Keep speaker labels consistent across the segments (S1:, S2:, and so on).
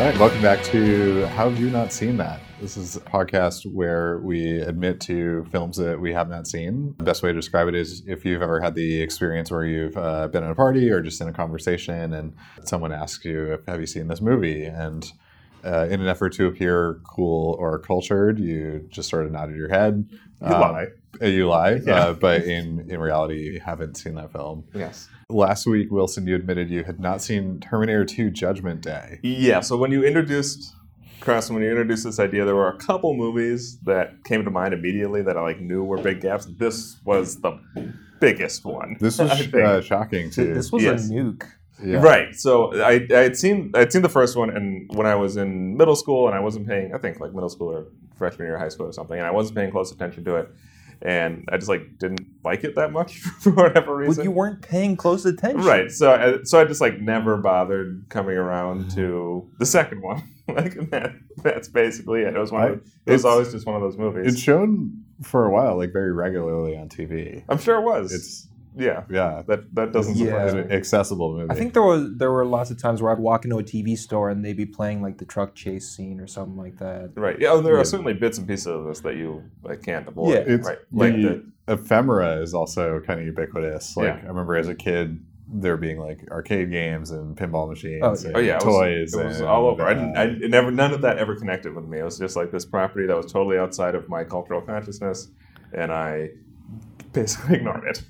S1: right, welcome back to How Have You Not Seen That? This is a podcast where we admit to films that we have not seen. The best way to describe it is if you've ever had the experience where you've uh, been at a party or just in a conversation and someone asks you, Have you seen this movie? And uh, in an effort to appear cool or cultured, you just sort of nodded your head.
S2: You
S1: Um,
S2: lie.
S1: uh, You lie,
S2: Yeah.
S1: uh, but in, in reality, you haven't seen that film.
S2: Yes.
S1: Last week, Wilson, you admitted you had not seen Terminator 2 Judgment Day.
S2: Yeah. So when you introduced Chris, when you introduced this idea, there were a couple movies that came to mind immediately that I like knew were big gaps. This was the biggest one.
S1: This was
S2: I
S1: sh-
S2: think.
S1: uh, shocking
S3: Th-
S1: too.
S3: This was
S2: Yes.
S3: a nuke.
S1: Yeah.
S2: Right. So I I had seen I'd seen the first one, and when I was in middle school, and I wasn't paying I think like middle school or freshman year of high school or something, and I wasn't paying close attention to it, and I just like didn't like it that much for whatever
S3: But
S2: reason.
S3: you weren't paying close attention.
S2: Right. So I, so I just like never bothered coming around
S1: Mm-hmm.
S2: to the second one. like that, that's basically it. It was one. Of, it
S1: it's-
S2: was always just one of those movies.
S1: It's shown for a while, like very regularly on TV.
S2: I'm sure it was.
S1: It's
S2: yeah.
S1: yeah,
S2: That that doesn't
S3: Yeah.
S2: surprise
S1: it's an
S2: me.
S1: accessible movie.
S3: I think there was there were lots of times where I'd walk into a TV store and they'd be playing like the truck chase scene or something like that.
S2: Right. Yeah. oh, there
S1: Yeah.
S2: are certainly bits and pieces of this that you like can't avoid.
S3: Yeah.
S1: it's
S2: right.
S1: the
S2: Like the,
S1: ephemera is also kind of ubiquitous. Like
S2: Yeah.
S1: I remember as a kid, there being like arcade games and pinball machines.
S3: Oh, yeah.
S1: and
S2: oh yeah. It
S1: toys.
S2: was, it was
S1: and,
S2: all over. I
S1: uh,
S2: didn't. I it never. None of that ever connected with me. It was just like this property that was totally outside of my cultural consciousness, and I basically ignored it.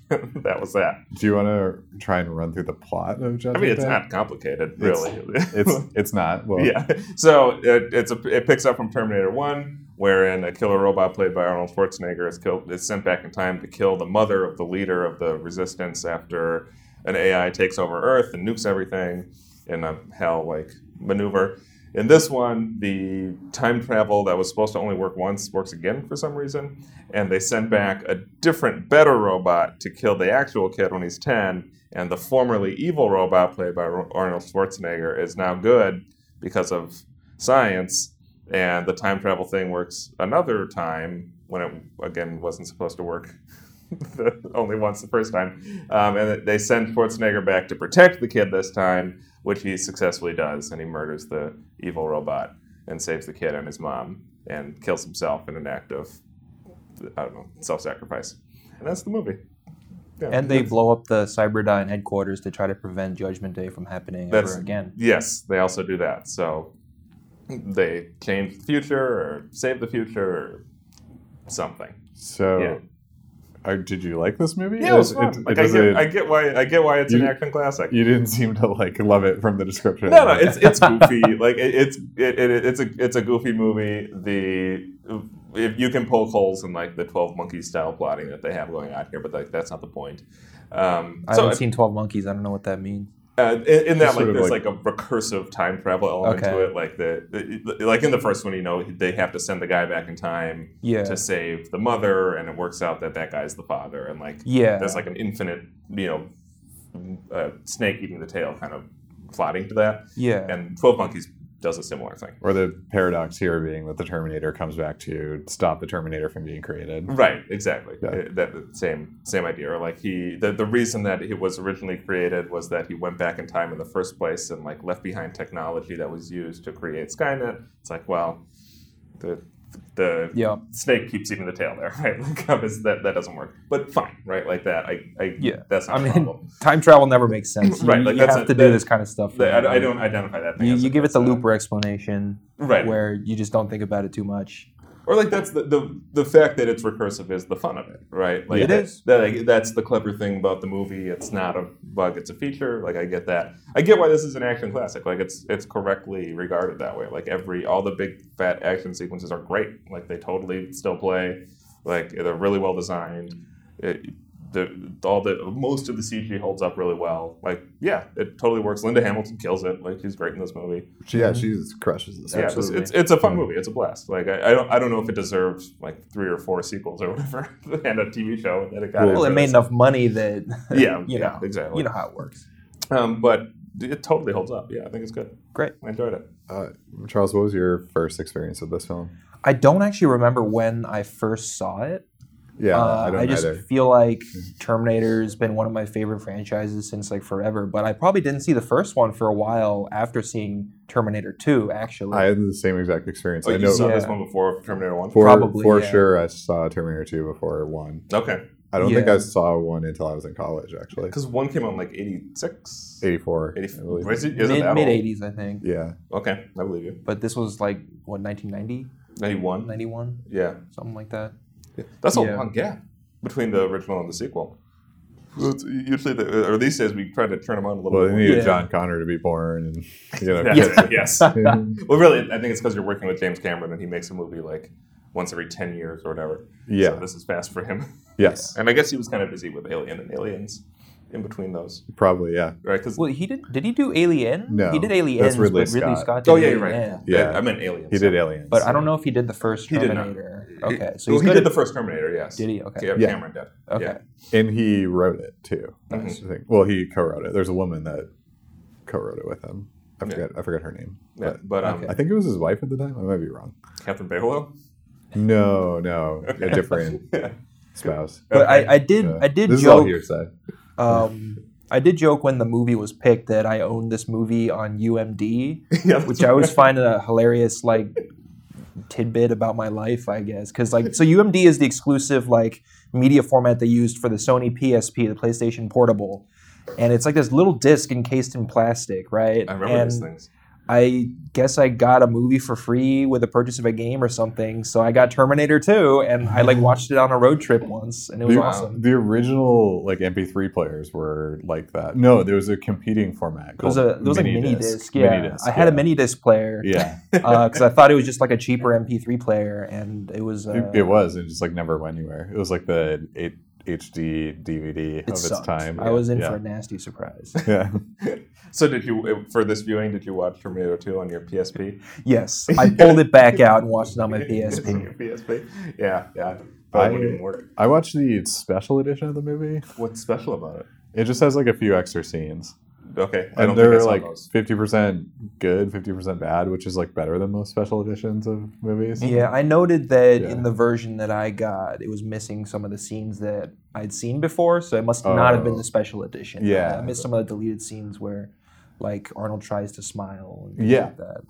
S2: that was that.
S1: do you want to try and run through the plot of
S2: I
S1: Judgment
S2: mean, it's
S1: Day?
S2: not complicated,
S1: It's-
S2: really.
S1: It's it's not. Well,
S2: yeah. So it, it's a, it picks up from Terminator One, wherein a killer robot played by Arnold Schwarzenegger is killed is sent back in time to kill the mother of the leader of the resistance after an AI takes over Earth and nukes everything in a hell like maneuver. In this one, the time travel that was supposed to only work once works again for some reason, and they send back a different, better robot to kill the actual kid when he's 10, and the formerly evil robot played by Ro- Arnold Schwarzenegger is now good because of science, and the time travel thing works another time when it again wasn't supposed to work the, only once the first time. Um, and they send Schwarzenegger back to protect the kid this time, which he successfully does, and he murders the evil robot and saves the kid and his mom and kills himself in an act of I don't know self sacrifice. And that's the movie. Yeah.
S3: And they blow up the Cyberdyne headquarters to try to prevent Judgment Day from happening
S2: That's-
S3: ever again.
S2: Yes, they also do that. So they change the future or save the future or something.
S1: So,
S2: Yeah.
S1: uh, did you like this movie?
S2: Yeah, it was
S1: It-
S2: fun.
S1: it- it
S2: like I
S1: doesn't-
S2: get, I get why I get why it's an
S1: You-
S2: action classic.
S1: you didn't seem to like love it from the description.
S2: No, no, it's it's goofy. like it, it's it, it, it's a it's a goofy movie. The if you can poke holes in like the Twelve Monkeys style plotting that they have going on here, but like that's not the point. Um,
S3: I
S2: so
S3: haven't seen Twelve Monkeys. I don't know what that means.
S2: Uh, in, in that,
S1: Sort
S2: like,
S1: of
S2: there's
S1: like-
S2: like, a recursive time travel element
S3: Okay.
S2: to it. Like the, the, like in the first one, you know, they have to send the guy back in time
S3: Yeah,
S2: to save the mother, and it works out that that guy's the father, and like
S3: yeah.
S2: there's like an infinite, you know, uh, snake eating the tail kind of plotting to that.
S3: yeah.
S2: And Twelve Monkeys does a similar thing.
S1: Or the paradox here being that the Terminator comes back to stop the Terminator from being created.
S2: Right, exactly.
S1: Yeah.
S2: Uh, That the same same idea. Or like he, the, the reason that it was originally created was that he went back in time in the first place and like left behind technology that was used to create Skynet. It's like, well, the the
S3: yeah,
S2: snake keeps eating the tail there, right? Like obviously that that doesn't work. But fine, right? Like that. I, I
S3: Yeah.
S2: That's not
S3: I
S2: a
S3: mean,
S2: problem.
S3: time travel never makes sense. You-
S2: Right,
S3: you,
S2: like, that's
S3: have
S2: a-
S3: to
S2: that-
S3: do this kind of stuff.
S2: The-
S3: man.
S2: I, I don't identify that thing.
S3: You,
S2: as
S3: you
S2: a-
S3: give it the
S2: as a-
S3: Looper explanation,
S2: right?
S3: where you just don't think about it too much.
S2: or like that's the, the the fact that it's recursive is the fun of it, right? Like
S3: It
S2: that-
S3: is.
S2: that- like, that's the clever thing about the movie. It's not a bug; it's a feature. Like I get that. I get why this is an action classic. Like it's it's correctly regarded that way. Like every all the big fat action sequences are great. Like they totally still play. Like they're really well designed. It, the, all the most of the CG holds up really well. Like yeah, it totally works. Linda Hamilton kills it. Like she's great in this movie.
S1: She, yeah, she crushes this.
S2: Yeah, it's,
S3: Absolutely.
S2: it's, it's a fun
S1: Yeah.
S2: movie. It's a blast. Like I, I don't I don't know if it deserved like three or four sequels or whatever and a TV show that it got.
S1: Well,
S3: Well,
S2: for
S3: it made
S2: this.
S3: enough money that
S2: Yeah, yeah,
S3: you know,
S2: exactly.
S3: you know how it works.
S2: Um, but it totally holds up. Yeah, I think it's good.
S3: Great.
S2: I enjoyed it.
S1: Uh, Charles, what was your first experience with this film?
S3: I don't actually remember when I first saw it.
S1: Yeah,
S3: Uh,
S1: I don't
S3: just
S1: either.
S3: feel like Terminator's been one of my favorite franchises since like forever. But I probably didn't see the first one for a while after seeing Terminator Two. Actually,
S1: I had the same exact experience.
S2: Oh,
S1: I
S2: you
S1: know
S2: saw this
S3: Yeah.
S2: one before Terminator One.
S1: for,
S3: Probably,
S1: for
S3: yeah.
S1: sure I saw Terminator 2 before 1.
S2: Okay,
S1: I don't think
S3: Yeah.
S1: I saw 1 until I was in college, actually.
S2: because one came out in like '86.
S1: 84. I
S2: 84.
S1: believe.
S2: Is it- isn't
S3: mid
S2: that
S3: mid
S2: old?
S3: eighties, I think.
S1: Yeah.
S2: Okay, I believe you.
S3: But this was like what 1990,
S2: '91.
S3: 91,
S2: Yeah,
S3: something like that.
S2: that's a
S3: Yeah.
S2: long gap between the original and the sequel. So it's usually, the, or these days, we try to turn them on a little
S1: Well, they
S2: bit.
S1: needed
S3: Yeah.
S1: John Connor to be born, and you know,
S2: more.
S1: kids-
S2: Yeah, yes. Well, really, I think it's because you're working with James Cameron and he makes a movie like once every 10 years or whatever. So
S1: yeah,
S2: this is fast for him.
S1: yes,
S2: And I guess he was kind of busy with Alien and Aliens in between those,
S1: probably, yeah.
S2: right? Because,
S3: Well, he did. Did he do Alien?
S1: No,
S3: he did Alien.
S1: that's Ridley
S3: but Ridley
S1: Scott.
S3: Scott. did
S2: oh, yeah, you're right.
S3: Alien.
S1: Yeah.
S2: I, I meant Aliens.
S1: He did Aliens,
S3: But I don't know if he did the first
S2: He did not.
S3: Terminator. Okay, so
S2: well,
S3: he's
S2: he
S3: good
S2: did
S3: at-
S2: the first Terminator, yes.
S3: Did he? Okay.
S2: Yeah,
S1: Yeah.
S2: Cameron did.
S3: Okay.
S2: yeah.
S1: and he wrote it too.
S2: Nice.
S3: Mm-hmm.
S1: That's the thing. Well, he co-wrote it. There's a woman that co-wrote it with him. I
S2: Yeah.
S1: forget. I forget her name.
S2: Yeah,
S1: But
S2: But um,
S3: Okay.
S1: I think it was his wife at the time. I might be wrong.
S2: Catherine Bigelow?
S1: No, no, a different spouse.
S3: But
S2: Okay.
S3: I, I did.
S1: Yeah.
S3: I did
S1: This is all
S3: joke.
S1: hearsay.
S3: Um, I did joke when the movie was picked that I owned this movie on UMD,
S2: yeah,
S3: which I always find a hilarious like tidbit about my life, I guess. Because like, so UMD is the exclusive like media format they used for the Sony PSP, the PlayStation Portable, and it's like this little disc encased in plastic, right?
S2: I remember
S3: and
S2: these things.
S3: I guess I got a movie for free with the purchase of a game or something. So I got Terminator 2 and I like watched it on a road trip once and it was
S1: Wow.
S3: awesome.
S1: The original like MP3 players were like that. No, there was a competing format.
S3: It was a it was like mini disc. Yeah. I had a mini disc player
S1: Yeah,
S3: because I thought it was just like a cheaper MP3 player and it was. Uh,
S1: it, it was. It just like never went anywhere. It was like the eight HD DVD
S3: it
S1: of its
S3: sucked.
S1: time.
S3: I was in
S1: yeah.
S3: for a nasty surprise.
S1: Yeah.
S2: So did you, uh, for this viewing, did you watch Terminator 2 on your PSP?
S3: yes, I pulled it back out and watched it on my PSP.
S2: PSP. Yeah, yeah. Probably
S1: I-
S2: wouldn't work.
S1: I watched the special edition of the movie.
S2: What's special about it?
S1: It just has like a few extra scenes,
S2: Okay, I
S1: and
S2: don't think I
S1: they're
S2: saw
S1: like
S2: those.
S1: fifty percent good, fifty percent bad, which is like better than most special editions of movies.
S3: Yeah, I noted that
S1: Yeah.
S3: in the version that I got, it was missing some of the scenes that I'd seen before, so it must
S1: Oh.
S3: not have been the special edition.
S1: Yeah.
S3: I missed some of the deleted scenes where, like, Arnold tries to smile and things
S1: Yeah.
S3: like that.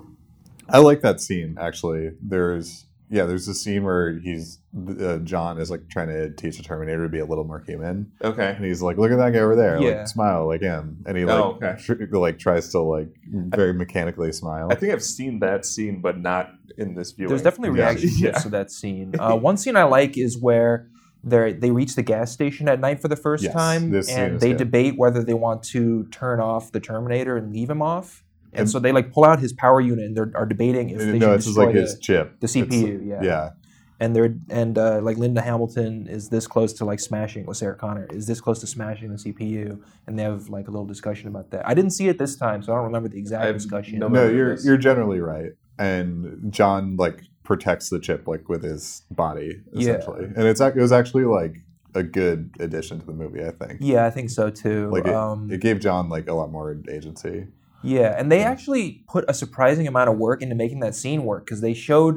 S1: I like that scene actually. There's yeah, there's a scene where he's uh, John is like trying to teach the Terminator to be a little more human,
S2: Okay.
S1: and he's like, "Look at that guy over there,
S3: Yeah.
S1: like smile like him," and he like
S2: Oh, okay.
S1: tr- like tries to like very mechanically smile.
S2: I think I've seen that scene, but not in this viewing.
S3: There's definitely
S1: Yeah.
S3: reaction
S2: Yeah.
S3: to that scene. Uh, one scene I like is where they they reach the gas station at night for the first
S1: Yes,
S3: time,
S1: this scene
S3: and
S1: is
S3: they
S1: good.
S3: debate whether they want to turn off the Terminator and leave him off. And,
S1: And- Uh,
S3: so they like pull out his power unit and they're are debating if they
S1: no,
S3: should
S1: it's just
S3: destroy
S1: like
S3: the,
S1: his chip,
S3: the
S1: It's-
S3: CPU.
S1: yeah,
S3: and they're and uh, like Linda Hamilton is this close to like smashing with Sarah Connor is this close to smashing the CPU, and they have like a little discussion about that. I didn't see it this time, so I don't remember the
S2: I
S3: exact
S2: have
S3: discussion.
S2: no
S1: No,
S2: memory of
S1: you're
S2: this.
S1: you're generally right. And John like protects the chip like with his body
S3: Yeah.
S1: essentially, and it's ac- it was actually like a good addition to the movie. I think
S3: Yeah, I think so too.
S1: Like
S3: um,
S1: it gave John like a lot more agency.
S3: yeah, and they
S1: Yeah.
S3: actually put a surprising amount of work into making that scene work because they showed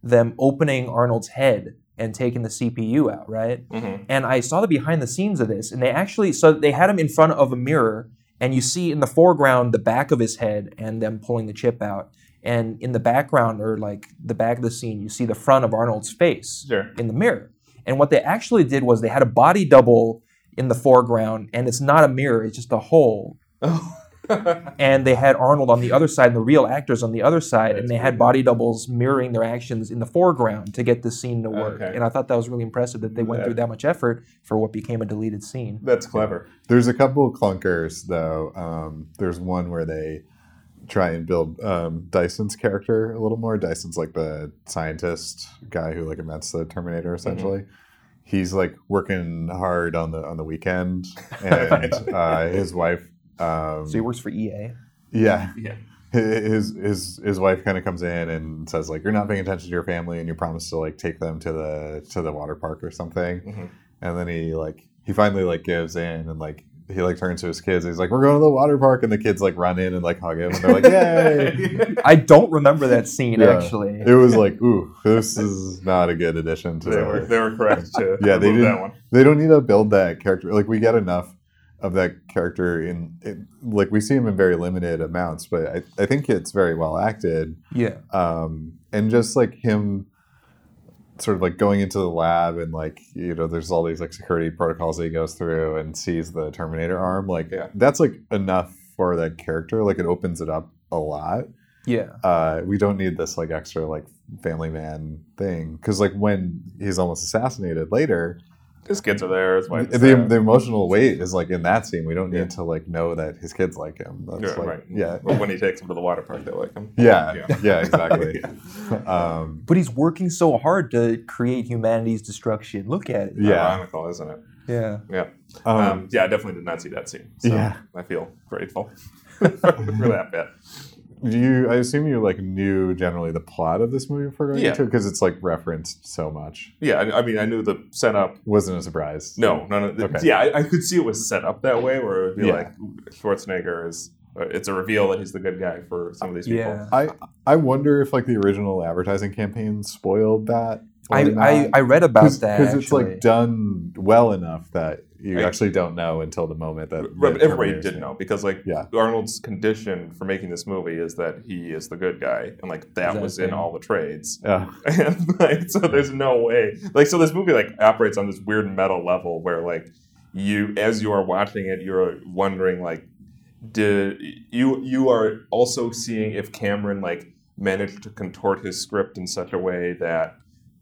S3: them opening Arnold's head and taking the CPU out, right?
S2: Mhm.
S3: and I saw the behind the scenes of this, and they actually so they had him in front of a mirror, and you see in the foreground the back of his head and them pulling the chip out, and in the background or like the back of the scene, you see the front of Arnold's face
S2: Sure.
S3: in the mirror. And what they actually did was they had a body double in the foreground, and it's not a mirror; it's just a hole. And they had Arnold on the other side, and the real actors on the other side, and
S2: That's
S3: they had
S2: weird.
S3: body doubles mirroring their actions in the foreground to get the scene to work.
S2: Okay.
S3: And I thought that was really impressive that they went
S2: Yeah.
S3: through that much effort for what became a deleted scene.
S2: That's clever.
S1: There's a couple of clunkers though. Um, there's one where they try and build um, Dyson's character a little more. Dyson's like the scientist guy who like invents the
S3: Mm-hmm.
S1: Terminator essentially. He's like working hard on the on the weekend, and uh, his wife. Um,
S3: So he works for E EA.
S1: yeah,
S2: Yeah.
S1: his his his wife kind of comes in and says like you're not paying attention to your family and you promise to like take them to the to the water park or something
S2: Mhm.
S1: and then he like he finally like gives in and like he like turns to his kids. he's like, "We're going to the water park," and the kids like run in and like hug him, and they're like, "Yay!"
S3: I don't remember that scene
S1: Yeah.
S3: actually.
S1: it was like, "Ooh, this is not a good addition to."
S2: they were they were correct to
S1: Yeah, they
S2: remove that
S1: didn't-
S2: one.
S1: they don't need to build that character. Like we get enough of that character in, in like we see him in very limited amounts, but I, I think it's very well acted.
S3: Yeah.
S1: um, and just like him sort of like going into the lab and like you know there's all these like security protocols that he goes through and sees the terminator arm like
S2: Yeah.
S1: that's like enough for that character like it opens it up a lot
S3: Yeah.
S1: uh, we don't need this like extra like family man thing because like when he's almost assassinated later
S2: His kids are there. It's why it's
S1: the,
S2: sad.
S1: the emotional weight is like in that scene we don't need
S2: Yeah.
S1: to like know that his kids like him that's
S2: yeah,
S1: like
S2: right.
S1: yeah
S2: But when he takes them to the water park, they like him.
S1: yeah
S2: Yeah.
S1: yeah exactly um
S3: But he's working so hard to create humanity's destruction. Look at it.
S1: yeah
S2: Ironical, isn't it?
S3: Yeah.
S2: Um,
S1: um,
S2: yeah, I definitely did not see that scene. So
S1: Yeah.
S2: I feel grateful for that bit.
S1: Do you? I assume you like knew generally the plot of this movie before going
S2: Yeah.
S1: into it because it's like referenced so much.
S2: Yeah, I, I mean, I knew the setup.
S1: Wasn't a surprise.
S2: No, no, no. th-
S1: Okay.
S2: Yeah, I, I could see it was set up that way, where it would be
S1: Yeah.
S2: like Schwarzenegger is. uh, It's a reveal that he's the good guy for some of these people.
S3: Yeah.
S1: I I wonder if like the original advertising campaign spoiled that. or
S3: I,
S1: not.
S3: I, I read about that.
S1: because it's
S3: actually.
S1: like done well enough that you
S2: I-
S1: actually don't know until the moment that
S2: Right,
S1: that
S2: but everybody
S1: Terminator's
S2: did
S1: made.
S2: know because like
S1: Yeah.
S2: Arnold's condition for making this movie is that he is the good guy, and like that
S3: Is that
S2: was
S3: a
S2: in
S3: thing?
S2: all the trades.
S1: Yeah,
S2: and like so there's no way like so this movie like operates on this weird metal level where like you as you are watching it you're wondering like did you you are also seeing if cameron like managed to contort his script in such a way that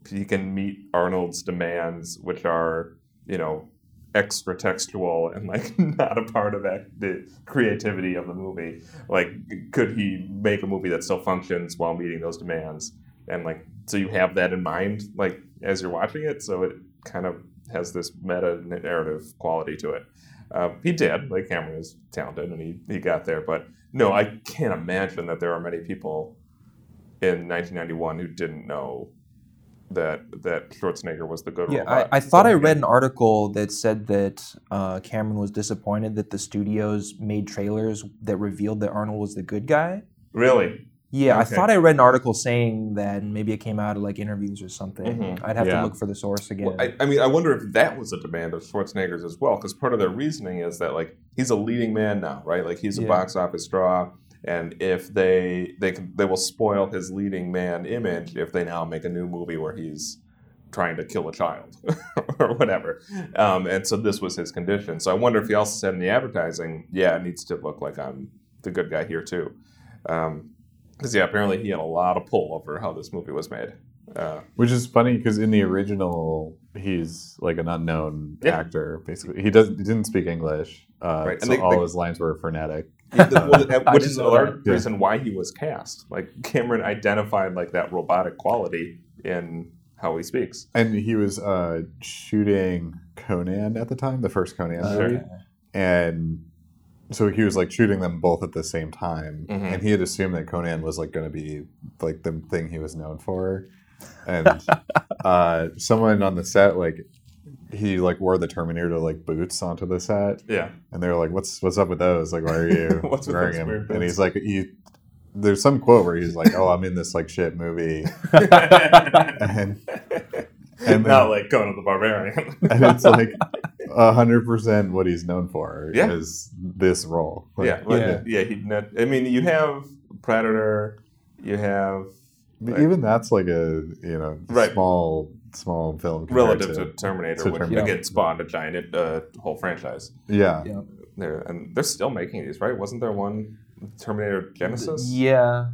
S2: he can meet arnold's demands which are you know extra textual and like not a part of act, the creativity of the movie like could he make a movie that still functions while meeting those demands and like so you have that in mind like as you're watching it so it kind of has this meta narrative quality to it uh, he did like cameron is talented and he, he got there but no i can't imagine that there are many people in 1991 who didn't know that that schwarzenegger was the good
S3: Yeah,
S2: robot
S3: I, I thought I
S2: from the
S3: read an article that said that uh, Cameron was disappointed that the studios made trailers that revealed that Arnold was the good guy.
S2: Really?
S3: Yeah,
S2: Okay.
S3: I thought I read an article saying that, and maybe it came out of like interviews or something.
S2: Mhm.
S3: I'd have
S1: Yeah.
S3: to look for the source again.
S2: Well, I, I mean, I wonder if that was a demand of Schwarzenegger's as well, because part of their reasoning is that like he's a leading man now, right? Like he's a
S3: Yeah.
S2: box office draw, and if they they can, they will spoil his leading man image if they now make a new movie where he's trying to kill a child or whatever. Um, and so this was his condition. So I wonder if he also said in the advertising, yeah, it needs to look like I'm the good guy here too. Because yeah, apparently he had a lot of pull over how this movie was made. Uh,
S1: which is funny because in the original he's like an unknown
S2: Yeah.
S1: actor. Basically, he does he didn't speak English, uh,
S2: Right, and
S1: so
S2: they-
S1: all
S2: they-
S1: his lines were frenetic.
S2: Yeah, the- well, that-
S3: I
S2: which
S3: didn't
S2: is
S3: know
S2: another
S1: that.
S2: reason why he was cast. Like Cameron identified like that robotic quality in how he speaks.
S1: And he was uh, shooting Conan at the time, the first Conan
S2: Sure.
S1: movie, and so he was like shooting them both at the same time,
S2: Mhm.
S1: and he had assumed that Conan was like going to be like the thing he was known for, and uh, someone on the set like he like wore the Terminator like boots onto the set,
S2: Yeah,
S1: and they were like, "What's what's up with those? Like, why are you
S2: What's with
S1: wearing
S2: those
S1: them?"
S2: weird
S1: And
S2: boots?
S1: he's like, "You." There's some quote where he's like, "Oh, I'm in this like shit movie," and then-
S2: not like Conan the Barbarian.
S1: and it's like hundred percent what he's known for
S2: Yeah.
S1: is this role. Like,
S2: yeah, like, yeah,
S3: Yeah.
S2: He not, I mean, you have Predator. You have Right.
S1: Even that's like a you know
S2: Right.
S1: small small film compared
S2: relative to, Terminator,
S1: to
S2: which
S1: Terminator.
S2: again spawned a giant uh, whole franchise.
S1: yeah
S2: There and they're still making these, right? Wasn't there one Terminator Genesis?
S3: Yeah.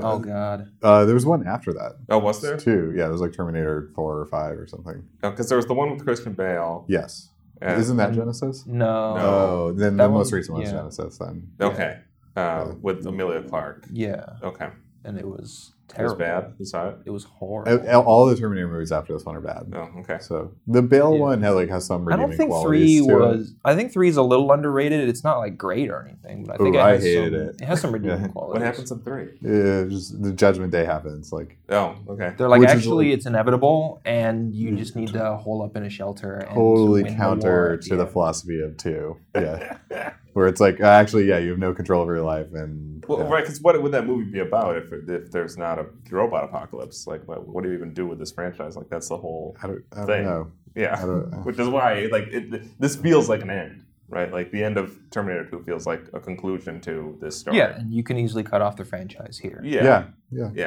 S3: Oh God.
S1: Uh, there was one after that
S2: Oh, was there?
S1: too. Yeah, there was like Terminator four or five or something.
S2: Because there was the one with Christian Bale.
S1: Yes,
S2: and-
S1: isn't that Genesis?
S3: No.
S2: No.
S1: Oh, then
S3: That
S1: the most
S3: one-
S1: recent one is
S3: yeah.
S1: Genesis. Then
S2: Okay. Uh,
S1: Yeah.
S2: with Amelia Clark.
S3: Yeah.
S2: Okay.
S3: and it
S2: It
S3: was
S2: was
S3: terrible.
S2: bad. You saw it?
S3: It was horrible.
S1: All all the Terminator movies after this one are bad.
S2: No. Okay.
S1: So the Bale
S3: Yeah.
S1: one had like has some
S3: I
S1: redeeming
S3: don't think three
S1: qualities to it.
S3: was. I think three is a little underrated. It's not like great or anything, but I think
S1: Ooh,
S3: it
S1: I
S3: has
S1: hated
S3: some,
S1: it.
S3: has some redeeming
S1: Yeah.
S3: qualities.
S2: What happens in three?
S1: Yeah, just the Judgment Day happens. Like
S2: Oh, okay.
S3: They're like,
S1: Which is
S3: actually,
S1: like-
S3: it's inevitable, and you just need to hole up in a shelter. And
S1: totally
S3: win the
S1: counter
S3: war.
S1: to the
S3: Yeah.
S1: philosophy of two. Yeah, where it's like uh, actually, yeah, you have no control over your life, and
S2: Well,
S1: yeah.
S2: right, because what would that movie be about if, if there's not a robot apocalypse? Like, what, what do you even do with this franchise? Like, that's the whole.
S1: I don't, I don't
S2: Thing.
S1: know. I
S2: Yeah,
S1: don't, uh,
S2: which is why, like, it, this feels like an end, right? Like, the end of Terminator Two feels like a conclusion to this story.
S3: Yeah, and you can easily cut off the franchise here.
S2: yeah,
S1: yeah.
S2: yeah.
S1: yeah,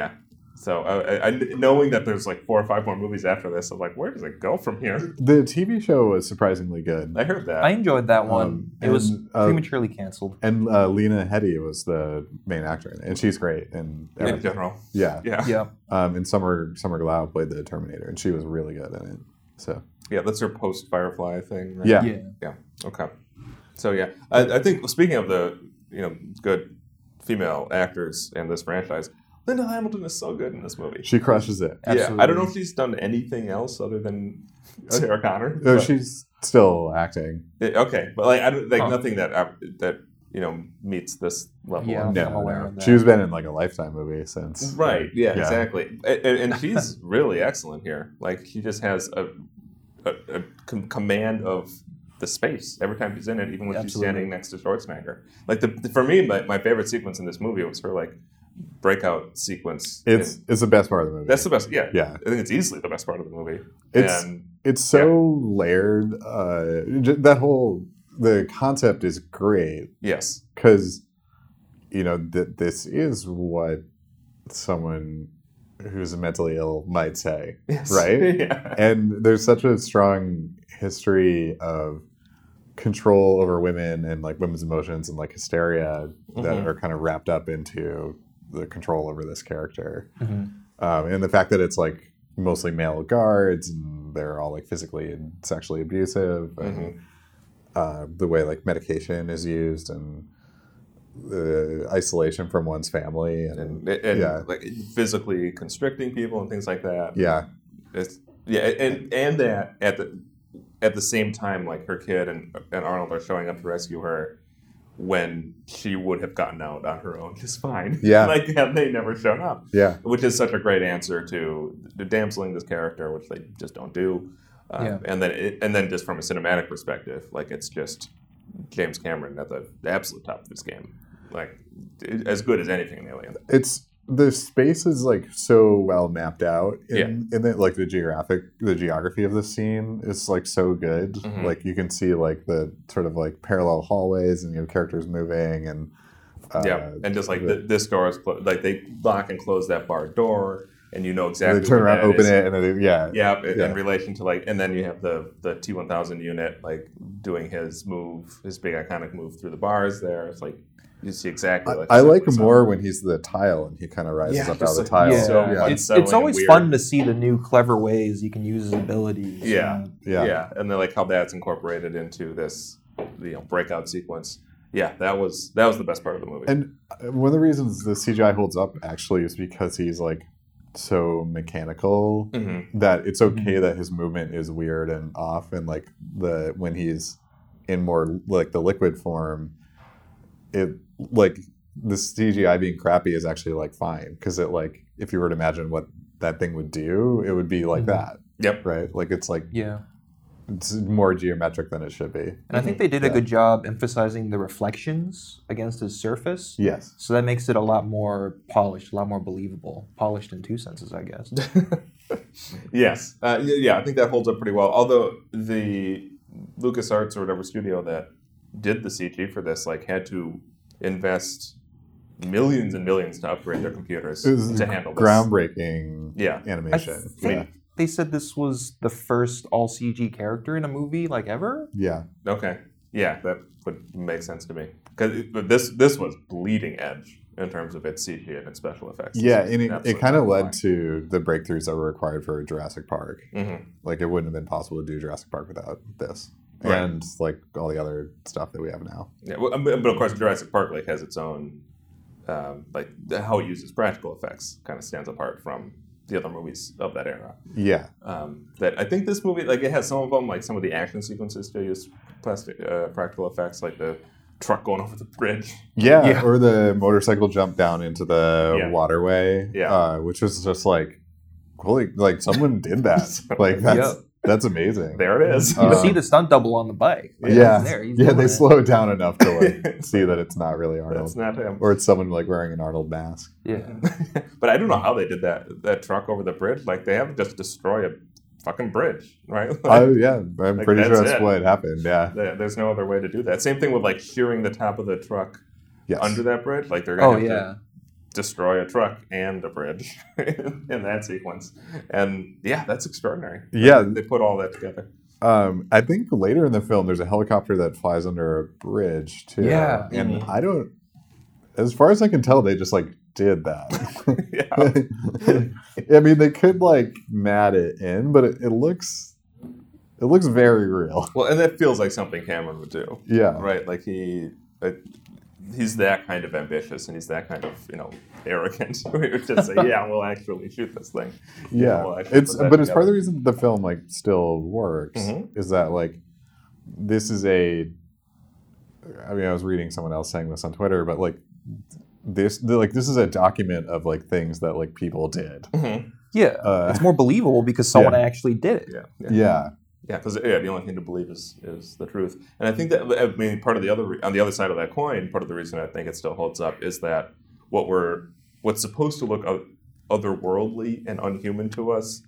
S2: So, uh, I, I, I- knowing that there's like four or five more movies after this, I'm like, where does it go from here?
S1: The TV show was surprisingly good.
S2: I heard that.
S3: I enjoyed that
S1: Um,
S3: one. it was
S1: and, uh,
S3: prematurely canceled.
S1: and uh, Lena Headey was the main actor, in it, and she's great. And
S2: in
S1: everything.
S2: general,
S1: yeah,
S2: yeah, yeah,
S3: Yeah,
S1: Um, and Summer Summer Glau played the Terminator, and she was really good in it. So
S2: that's your post Firefly thing. Right?
S1: yeah,
S3: yeah.
S2: Okay. So yeah, I, I think speaking of the you know good female actors in this franchise, Linda Hamilton is so good in this movie.
S1: she crushes it.
S2: Yeah, I don't know if
S3: absolutely. Uh,
S2: she's done anything else other than Sarah Connor.
S1: Though
S2: but-
S1: she's still acting.
S2: Yeah, okay, but like I don't like
S3: Huh.
S2: nothing that I, that you know meets this level.
S3: Yeah.
S2: of-
S3: I'm
S1: No,
S3: aware
S1: no.
S3: of that.
S1: she's been in like a lifetime movie since.
S2: Right. Yeah,
S1: Yeah.
S2: Exactly. And, and she's really excellent here. Like she just has a a, a com- command of the space every time she's in it, even when she's
S3: Absolutely.
S2: standing next to Schwarzenegger. Like the, for me, my, my favorite sequence in this movie was her like breakout sequence.
S1: It's
S2: And
S1: it's the best part of the movie.
S2: that's the best. Yeah.
S1: yeah.
S2: I think it's easily the best part of the movie.
S1: It's
S2: and
S1: it's so layered. Uh, j- that whole the concept is great
S2: yes,
S1: because you know that this is what someone who's mentally ill might say.
S2: yes,
S1: Right?
S2: yeah.
S1: and there's such a strong history of control over women and like women's emotions and like hysteria that
S2: Mhm.
S1: are kind of wrapped up into the control over this character
S3: Mhm.
S1: um, and the fact that it's like mostly male guards and they're all like physically and sexually abusive
S2: Mm-hmm.
S1: and uh, the way like medication is used and the isolation from one's family and,
S2: And, and
S1: Yeah.
S2: like physically constricting people and things like that.
S1: yeah
S2: It's, yeah, and and that at the at the same time, like her kid and and Arnold are showing up to rescue her when she would have gotten out on her own just fine.
S1: Yeah.
S2: like had they never shown up,
S1: yeah
S2: which is such a great answer to the damseling this character, which they just don't do. Um,
S3: Yeah.
S2: And then it, and then just from a cinematic perspective, like it's just James Cameron at the, the absolute top of his game, like as good as anything in Alien.
S1: it's the space is like so well mapped out in, in that like the geographic the geography of the scene is like so good
S2: Mhm.
S1: like you can see like the sort of like parallel hallways and you have characters moving and uh,
S2: yeah, and just like
S1: the-
S2: th this door is closed, like they lock and close that bar door, and you know exactly.
S1: they turn
S2: where
S1: around
S2: that
S1: open
S2: is.
S1: it and then they, yeah
S2: Yeah, in-
S1: Yeah.
S2: in relation to like, and then you have the the T one thousand unit like doing his move, his big iconic move through the bars. There, it's like you see exactly.
S1: I, I like
S2: what's up.
S1: more when he's the tile and he kind of rises
S2: Yeah,
S1: up out of
S2: just
S1: the
S2: like-
S1: tile
S3: yeah.
S2: so
S1: yeah.
S2: much.
S3: It's,
S2: unsettling
S3: it's
S2: and
S3: always
S2: weird.
S3: fun to see the new clever ways you can use his abilities.
S2: Yeah.
S3: and-
S1: yeah.
S2: and then like how that's incorporated into this, you know, breakout sequence. Yeah, that was that was the best part of the movie.
S1: And one of the reasons the CGI holds up actually is because he's like so mechanical
S2: Mhm.
S1: that it's okay that his movement is weird and off and like the when he's in more like the liquid form it like the cgi being crappy is actually like fine because it like if you were to imagine what that thing would do it would be like
S3: Mhm.
S2: Mm-hmm.
S1: that
S2: Yep.
S1: right like it's like
S3: yeah.
S1: it's more geometric than it should be
S3: And I think they did
S1: Mm-hmm. Yeah.
S3: a good job emphasizing the reflections against his surface.
S1: yes
S3: So that makes it a lot more polished, a lot more believable. Polished in two senses, I guess.
S2: Yes. Uh, y- yeah, I think that holds up pretty well. Although the LucasArts or whatever studio that did the CG for this like had to invest millions and millions to upgrade their computers
S1: It was
S2: to handle this.
S1: groundbreaking
S2: Yeah.
S3: I
S1: animation
S3: think they said this was the first all CG character in a movie, like ever.
S1: yeah
S2: Okay. Yeah, that would make sense to me. Because this this was bleeding edge in terms of its CG and its special effects.
S1: yeah, and it, it kind of led to the breakthroughs that were required for Jurassic Park.
S2: hmm
S1: Like it wouldn't have been possible to do Jurassic Park without this,
S2: Right.
S1: and like all the other stuff that we have now.
S2: um, Yeah, well, but but of course, Jurassic Park like has its own uh, um, like how it uses practical effects kind of stands apart from the other movies of that era.
S1: Yeah.
S2: Um, that I think this movie like it has some of them like some of the action sequences still use plastic uh, practical effects like the truck going over the bridge.
S1: yeah,
S3: Yeah.
S1: Or the motorcycle jump down into the
S2: Yeah.
S1: waterway.
S2: Yeah.
S1: Uh, which was just like, holy, like someone did that. like that's
S3: Yeah.
S1: that's amazing.
S2: There it is.
S3: You
S1: Uh,
S3: see the stunt double on the bike. Like,
S1: yeah.
S3: he's there, he's
S1: yeah,
S3: doing
S1: they
S3: it.
S1: slow it down enough to like see that it's not really Arnold,
S2: That's not him.
S1: or it's someone like wearing an Arnold mask.
S3: Yeah.
S2: but I don't know how they did that that truck over the bridge. Like they have to just destroy a fucking bridge, right? Like,
S1: oh yeah, I'm
S2: like,
S1: pretty sure
S2: that's
S1: that's
S2: it.
S1: what happened. Yeah.
S2: there- there's no other way to do that. Same thing with like shearing the top of the truck
S1: Yes.
S2: under that bridge. Like they're gonna
S3: Oh
S2: have to
S3: yeah.
S2: destroy a truck and a bridge in that sequence. And yeah, that's extraordinary.
S1: yeah,
S2: They put all that together.
S1: Um, I think later in the film, there's a helicopter that flies under a bridge too.
S3: Yeah.
S1: and
S2: Mhm.
S1: I don't. As far as I can tell, they just like did that.
S2: yeah.
S1: I mean, they could like mat it in, but it, it looks it looks very real.
S2: Well, and that feels like something Cameron would do,
S1: Yeah,
S2: right? Like he. uh, He's that kind of ambitious, and he's that kind of you know arrogant. We would just say, "Yeah, we'll actually shoot this thing."
S1: yeah.
S2: well, I should
S1: it's
S2: put that
S1: but it's part of the
S2: together.
S1: reason the film like still works
S2: Mhm.
S1: is that like this is a. I mean, I was reading someone else saying this on Twitter, but like this, like this is a document of like things that like people did.
S2: Mhm.
S3: Yeah.
S1: Uh,
S3: It's more believable because someone
S1: Yeah.
S3: actually did it.
S2: Yeah,
S1: yeah,
S2: Yeah, because yeah, the only thing to believe is is the truth, and I think that I mean part of the other re- on the other side of that coin, part of the reason I think it still holds up is that what we're what's supposed to look o- otherworldly and unhuman to us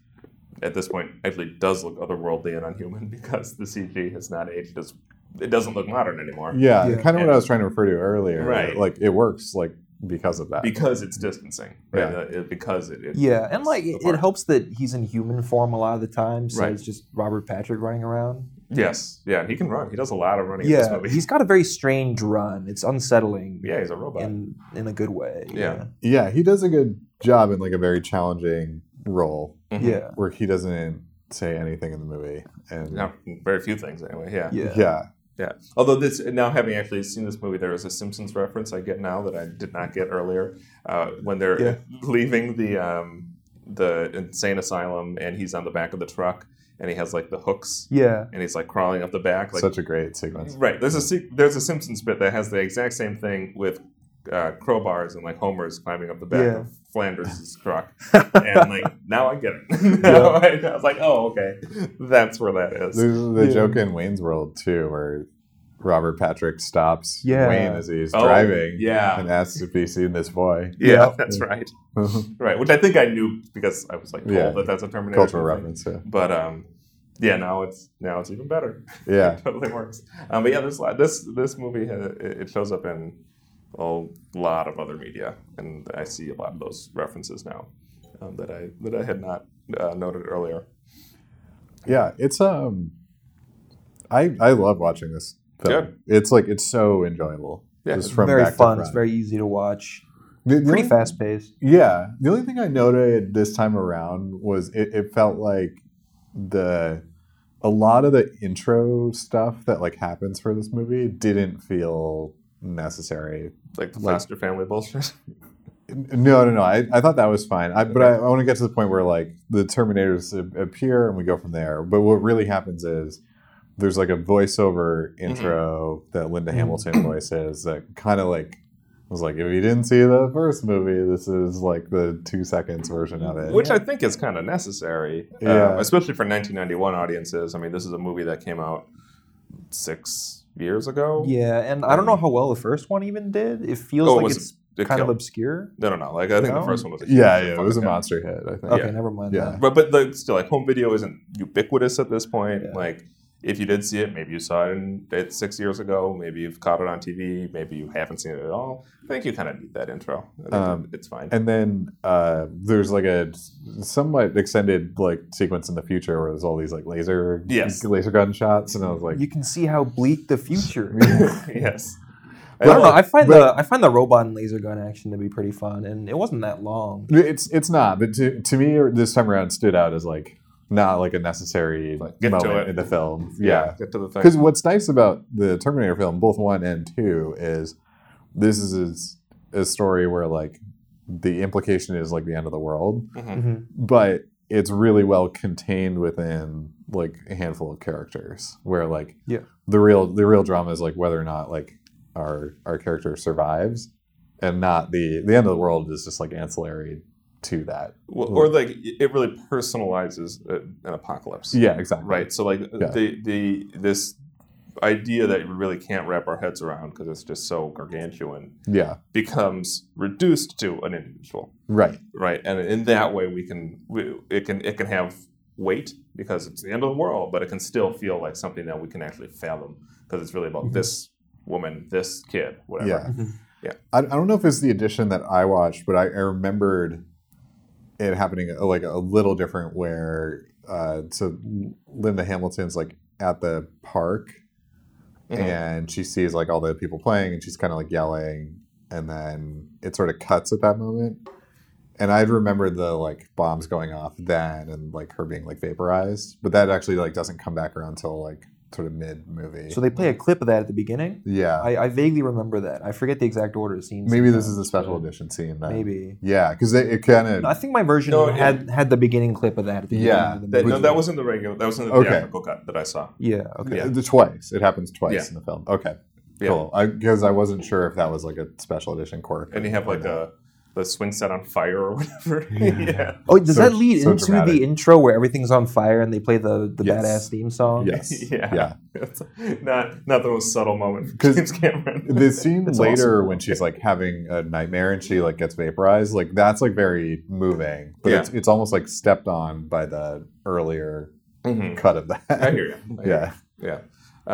S2: at this point actually does look otherworldly and unhuman because the CG has not aged as it doesn't look modern anymore
S1: yeah,
S3: Yeah.
S1: kind of what
S2: And-
S1: I was trying to refer to earlier.
S2: Right.
S1: like it works like because of that.
S2: because it's distancing, right?
S1: Yeah.
S2: Uh, it- because it, it
S3: Yeah, and like
S2: the
S3: it,
S2: part.
S3: it helps that he's in human form a lot of the time, so
S2: Right.
S3: it's just Robert Patrick running around.
S2: yes, yeah, and he can run. He does a lot of running in this
S3: Yeah,
S2: movie.
S3: he's got a very strange run. It's unsettling.
S2: yeah, he's a robot.
S3: in in a good way.
S2: Yeah.
S1: yeah, he does a good job in like a very challenging role
S2: Mhm.
S3: yeah,
S1: where he doesn't say anything in the movie, and
S2: No, very few things anyway. Yeah.
S3: yeah. yeah.
S1: yeah,
S2: Although this now having actually seen this movie, there is a Simpsons reference I get now that I did not get earlier uh, when they're
S3: Yeah.
S2: leaving the um, the insane asylum and he's on the back of the truck and he has like the hooks and he's like crawling up the back like
S1: such a great sequence.
S2: right. There's a se- there's a Simpsons bit that has the exact same thing with uh, crowbars and like Homer's climbing up the back
S3: Yeah.
S2: of Flanders' truck and like now I get it. Now I, I was like, oh okay, that's where that is.
S1: This is the
S3: Yeah.
S1: joke in Wayne's World too, where Robert Patrick stops
S3: Yeah.
S1: Wayne as he's
S2: Oh,
S1: driving,
S2: yeah.
S1: and asks if he's seen this boy.
S2: Yeah,
S3: Yeah.
S2: that's right. Right, which I think I knew because I was like told
S1: Yeah.
S2: that that's a Terminator
S1: Cultural
S2: thing.
S1: reference, yeah.
S2: But um, yeah, now it's now it's even better.
S1: yeah.
S2: it totally works. Um, but yeah, this this this movie ha- it it shows up in a lot of other media, and I see a lot of those references now um, that I that I had not uh, noted earlier.
S1: yeah it's um i i love watching this film.
S2: Good.
S1: it's like it's so enjoyable
S2: Yeah,
S1: just from
S3: very
S1: back
S3: fun.
S1: to
S3: It's
S1: front.
S3: very easy to watch.
S1: The- the
S3: Pretty
S1: only-
S3: fast paced.
S1: yeah the only thing i noted this time around was it, it felt like the a lot of the intro stuff that like happens for this movie didn't feel necessary
S2: Like the
S1: Like-
S2: Foster family bullshit.
S1: no no no i, I thought that was fine I, but i, I want to get to the point where like the terminators a- appear and we go from there but what really happens is there's like a voiceover intro
S2: Mm-hmm.
S1: that linda
S3: Mhm.
S1: hamilton voices that kind of like was like if you didn't see the first movie this is like the two seconds version of it
S2: Which I think is kind of necessary, um,
S1: Yeah.
S2: especially for 1991 audiences. I mean, this is a movie that came out six years ago.
S3: Yeah, and I don't
S1: Um,
S3: know how well the first one even did. It feels
S2: Oh, it
S3: like
S2: was-
S3: it's
S2: It
S3: kind of
S2: killed-
S3: obscure.
S2: No, no, no. Like I think the
S3: No?
S2: first one was. A huge
S1: yeah yeah it was a
S2: fucking-
S1: monster hit i think
S3: Okay,
S2: Yeah.
S3: never mind.
S1: Yeah.
S3: that.
S2: But but like, still, like home video isn't ubiquitous at this point.
S3: Yeah.
S2: Like if you did see it, maybe you saw it, in, it six years ago. Maybe you've caught it on TV. Maybe you haven't seen it at all. I think you kind of need that intro. I think
S1: Um,
S2: it's fine.
S1: and then uh, there's like a somewhat extended like sequence in the future where there's all these like laser
S2: Yes.
S1: laser gun shots and i was like
S3: you can see how bleak the future. is.
S2: yes.
S3: I don't know. I find
S1: But-
S3: the I find the robot and laser gun action to be pretty fun, and it wasn't that long.
S1: It's it's not, but to, to me this time around it stood out as like not like a necessary
S2: Like, get to it.
S1: moment in the film. Yeah,
S2: Get to the thing.
S1: because what's nice about the Terminator film, both one and two, is this is a story where like the implication is like the end of the world,
S2: Mhm.
S3: Mhm.
S1: but it's really well contained within like a handful of characters where like
S3: Yeah.
S1: the real the real drama is like whether or not like our our character survives and not the the end of the world is just like ancillary to that.
S2: Well, or like it really personalizes a, an apocalypse.
S1: Yeah, exactly.
S2: Right. So like
S1: Yeah.
S2: the the this idea that we really can't wrap our heads around because it's just so gargantuan
S1: Yeah.
S2: becomes reduced to an individual.
S1: Right.
S2: Right. And in that way, we can we, it can it can have weight because it's the end of the world, but it can still feel like something that we can actually fathom because it's really about
S3: Mhm.
S2: this woman, this kid, whatever.
S1: Mm-hmm. Yeah.
S3: Mhm.
S2: Yeah.
S1: I, I don't know if it's the edition that I watched, but I, I remembered it happening uh, like a little different where uh, so Linda Hamilton's like at the park
S2: Mhm.
S3: Mm-hmm.
S1: and she sees like all the people playing and she's kind of like yelling and then it sort of cuts at that moment. And I'd remember the like bombs going off then and like her being like vaporized, but that actually like doesn't come back around until like sort of mid movie.
S3: So they play a clip of that at the beginning.
S1: yeah,
S3: I, I vaguely remember that. I forget the exact order of scenes.
S1: maybe
S3: in
S1: this
S3: that,
S1: is a special
S3: but
S1: edition scene. Then.
S3: Maybe.
S1: Yeah, because it, it kind
S3: I
S1: of
S3: think my version
S2: No, it-
S3: had had the beginning clip of that at the beginning.
S1: Yeah,
S3: of the
S2: That, no,
S3: movie.
S2: that wasn't the regular. That was in the
S1: Okay.
S2: theatrical cut that I saw.
S3: Yeah. Okay.
S2: Yeah.
S1: the twice. It happens twice
S2: Yeah.
S1: in the film. Okay,
S2: Yeah.
S1: cool. Because I, wasn't sure if that was like a special edition quirk.
S2: And you have like a the swing set on fire or whatever.
S1: Yeah.
S3: Oh, does
S1: So-
S3: that lead
S1: so
S3: into
S1: dramatic.
S3: the intro where everything's on fire and they play the the
S1: Yes.
S3: badass theme song?
S1: yes,
S2: Yeah.
S1: yeah.
S2: It's not not the most subtle moment for
S1: 'Cause
S2: James Cameron.
S1: The scene
S2: It's
S1: later
S2: awesome.
S1: when she's like having a nightmare and she like gets vaporized, like that's like very moving. But
S2: Yeah.
S1: it's it's almost like stepped on by the earlier
S2: Mhm.
S1: cut of that.
S2: I hear you. I hear
S1: Yeah.
S2: you. Yeah.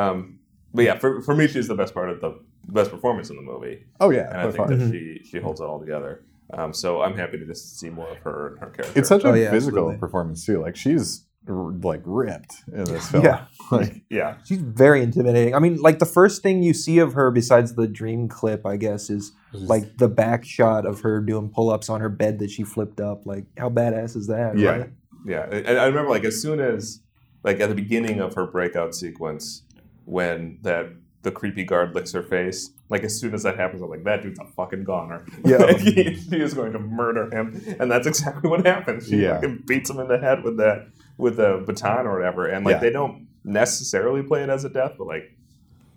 S2: Um, but yeah, for, for me, she's the best part of the best performance in the movie,
S1: Oh yeah.
S2: and
S1: by
S2: I think
S1: far.
S2: that
S3: Mhm.
S2: she she holds it all together. Um, so I'm happy to just see more of her and her character.
S1: It's such a
S3: Oh, yeah,
S1: physical
S3: absolutely.
S1: performance too. Like she's r- like ripped in this film.
S3: Yeah.
S1: Like,
S2: yeah.
S3: She's very intimidating. I mean, like the first thing you see of her besides the dream clip, I guess, is like the back shot of her doing pull-ups on her bed that she flipped up. Like, how badass is that?
S1: Yeah.
S3: right?
S2: Yeah, and I remember like as soon as like at the beginning of her breakout sequence, when that the creepy guard licks her face, like as soon as that happens, I'm like, that dude's a fucking goner.
S3: Yeah.
S2: Like, he, she is going to murder him, and that's exactly what happens. She
S1: Yeah.
S2: fucking beats him in the head with that with a baton or whatever, and like
S1: Yeah.
S2: they don't necessarily play it as a death, but like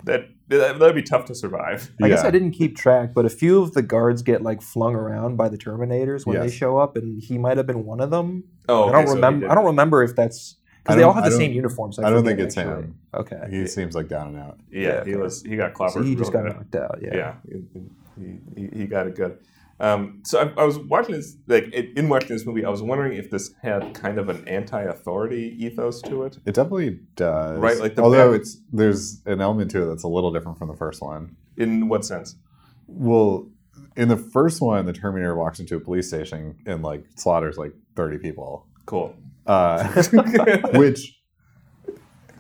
S2: that that- that'd be tough to survive.
S3: I guess
S1: Yeah.
S3: I didn't keep track, but a few of the guards get like flung around by the Terminators when
S1: Yes.
S3: they show up, and he might have been one of them.
S2: Oh,
S3: I don't remember. I don't remember if that's
S1: I
S3: because they all
S1: don't-
S3: have
S1: I
S3: the
S1: don't-
S3: same uniforms.
S1: I don't
S3: forget,
S1: think it's
S3: actually.
S1: him.
S3: Okay,
S1: He seems like down and out.
S2: Yeah,
S3: Yeah,
S2: he
S3: okay.
S2: was. He got
S3: so
S2: clobbered.
S3: he just
S2: real
S3: got
S2: bad.
S3: knocked out. Yeah.
S2: yeah, he, he, he got it good. Um, so I, I was watching this, like in in watching this movie, I was wondering if this had kind of an anti-authority ethos to it.
S1: It definitely does.
S2: Right, like the
S1: although
S2: back-
S1: it's there's an element to it that's a little different from the first one.
S2: In what sense?
S1: Well, in the first one, the Terminator walks into a police station and like slaughters like thirty people,
S2: Cool.
S1: uh, which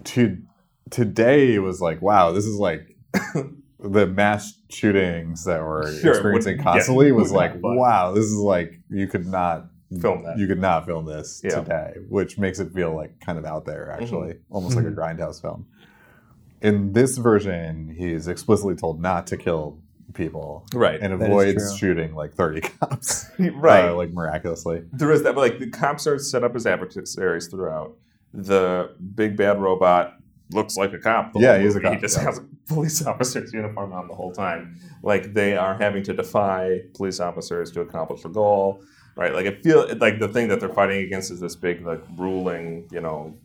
S1: to today was like, wow, this is like the mass shootings that we're
S2: Sure,
S1: experiencing
S2: would- yeah,
S1: constantly was
S2: would
S1: like,
S2: not, but-
S1: wow, this is like you could not
S2: Film that.
S1: You could not film this
S2: Yeah. Mm-hmm.
S1: today, which makes it feel like kind of out there, actually, almost like
S3: Mhm.
S1: a grindhouse film. In this version, he's explicitly told not to kill people
S2: right.
S1: and
S3: That is
S1: avoids
S3: true.
S1: shooting like 30 cops,
S2: right.
S1: uh, like miraculously.
S2: there is that, but like the cops are set up as adversaries throughout. The big bad robot looks like a cop. the
S1: Yeah,
S2: whole
S1: he is a
S2: movie.
S1: cop,
S2: He just
S1: yeah.
S2: has a police officer's uniform on the whole time. Like they are having to defy police officers to accomplish a goal, right? Like it feel like the thing that they're fighting against is this big like ruling, you know,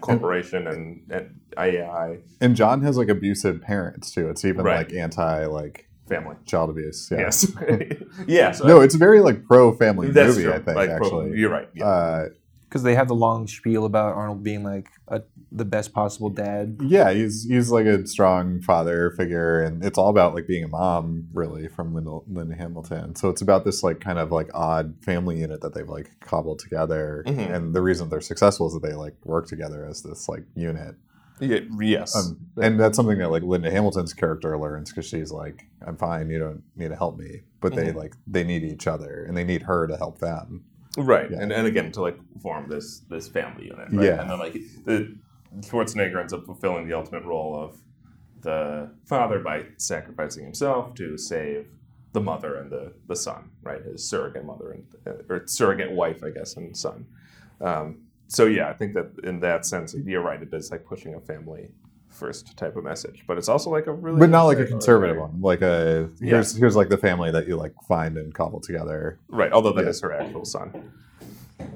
S2: corporation and, and IAI
S1: And John has like abusive parents too. It's even
S2: Right.
S1: like anti like
S2: family.
S1: child abuse. Yeah.
S2: Yes, yeah. So
S1: No, it's a very like pro family
S2: that's
S1: movie,
S2: true.
S1: I think,
S2: like, pro-
S1: actually.
S2: you're right. Yeah.
S1: Uh,
S3: because they have the long spiel about Arnold being like a, the best possible dad.
S1: yeah, he's he's like a strong father figure, and it's all about like being a mom, really, from Linda, Linda Hamilton. So it's about this like kind of like odd family unit that they've like cobbled together,
S2: Mhm.
S1: and the reason they're successful is that they like work together as this like unit.
S2: Yeah, yes.
S1: Um, and that's something that like Linda Hamilton's character learns because she's like, "I'm fine, you don't need to help me," but
S2: Mm-hmm.
S1: they like they need each other, and they need her to help them.
S2: right
S1: Yeah.
S2: and, and again to like form this this family unit right?
S1: Yeah.
S2: and then like the schwarzenegger ends up fulfilling the ultimate role of the father by sacrificing himself to save the mother and the, the son, right? His surrogate mother and uh, or surrogate wife, I guess, and son. Um, so yeah, I think that in that sense, you're right. It is like pushing a family first type of message, but it's also like a really
S1: but not like a
S2: insightful-
S1: conservative one. Like a here's here's like the family that you like find and cobble together.
S2: right? Although that is her actual son,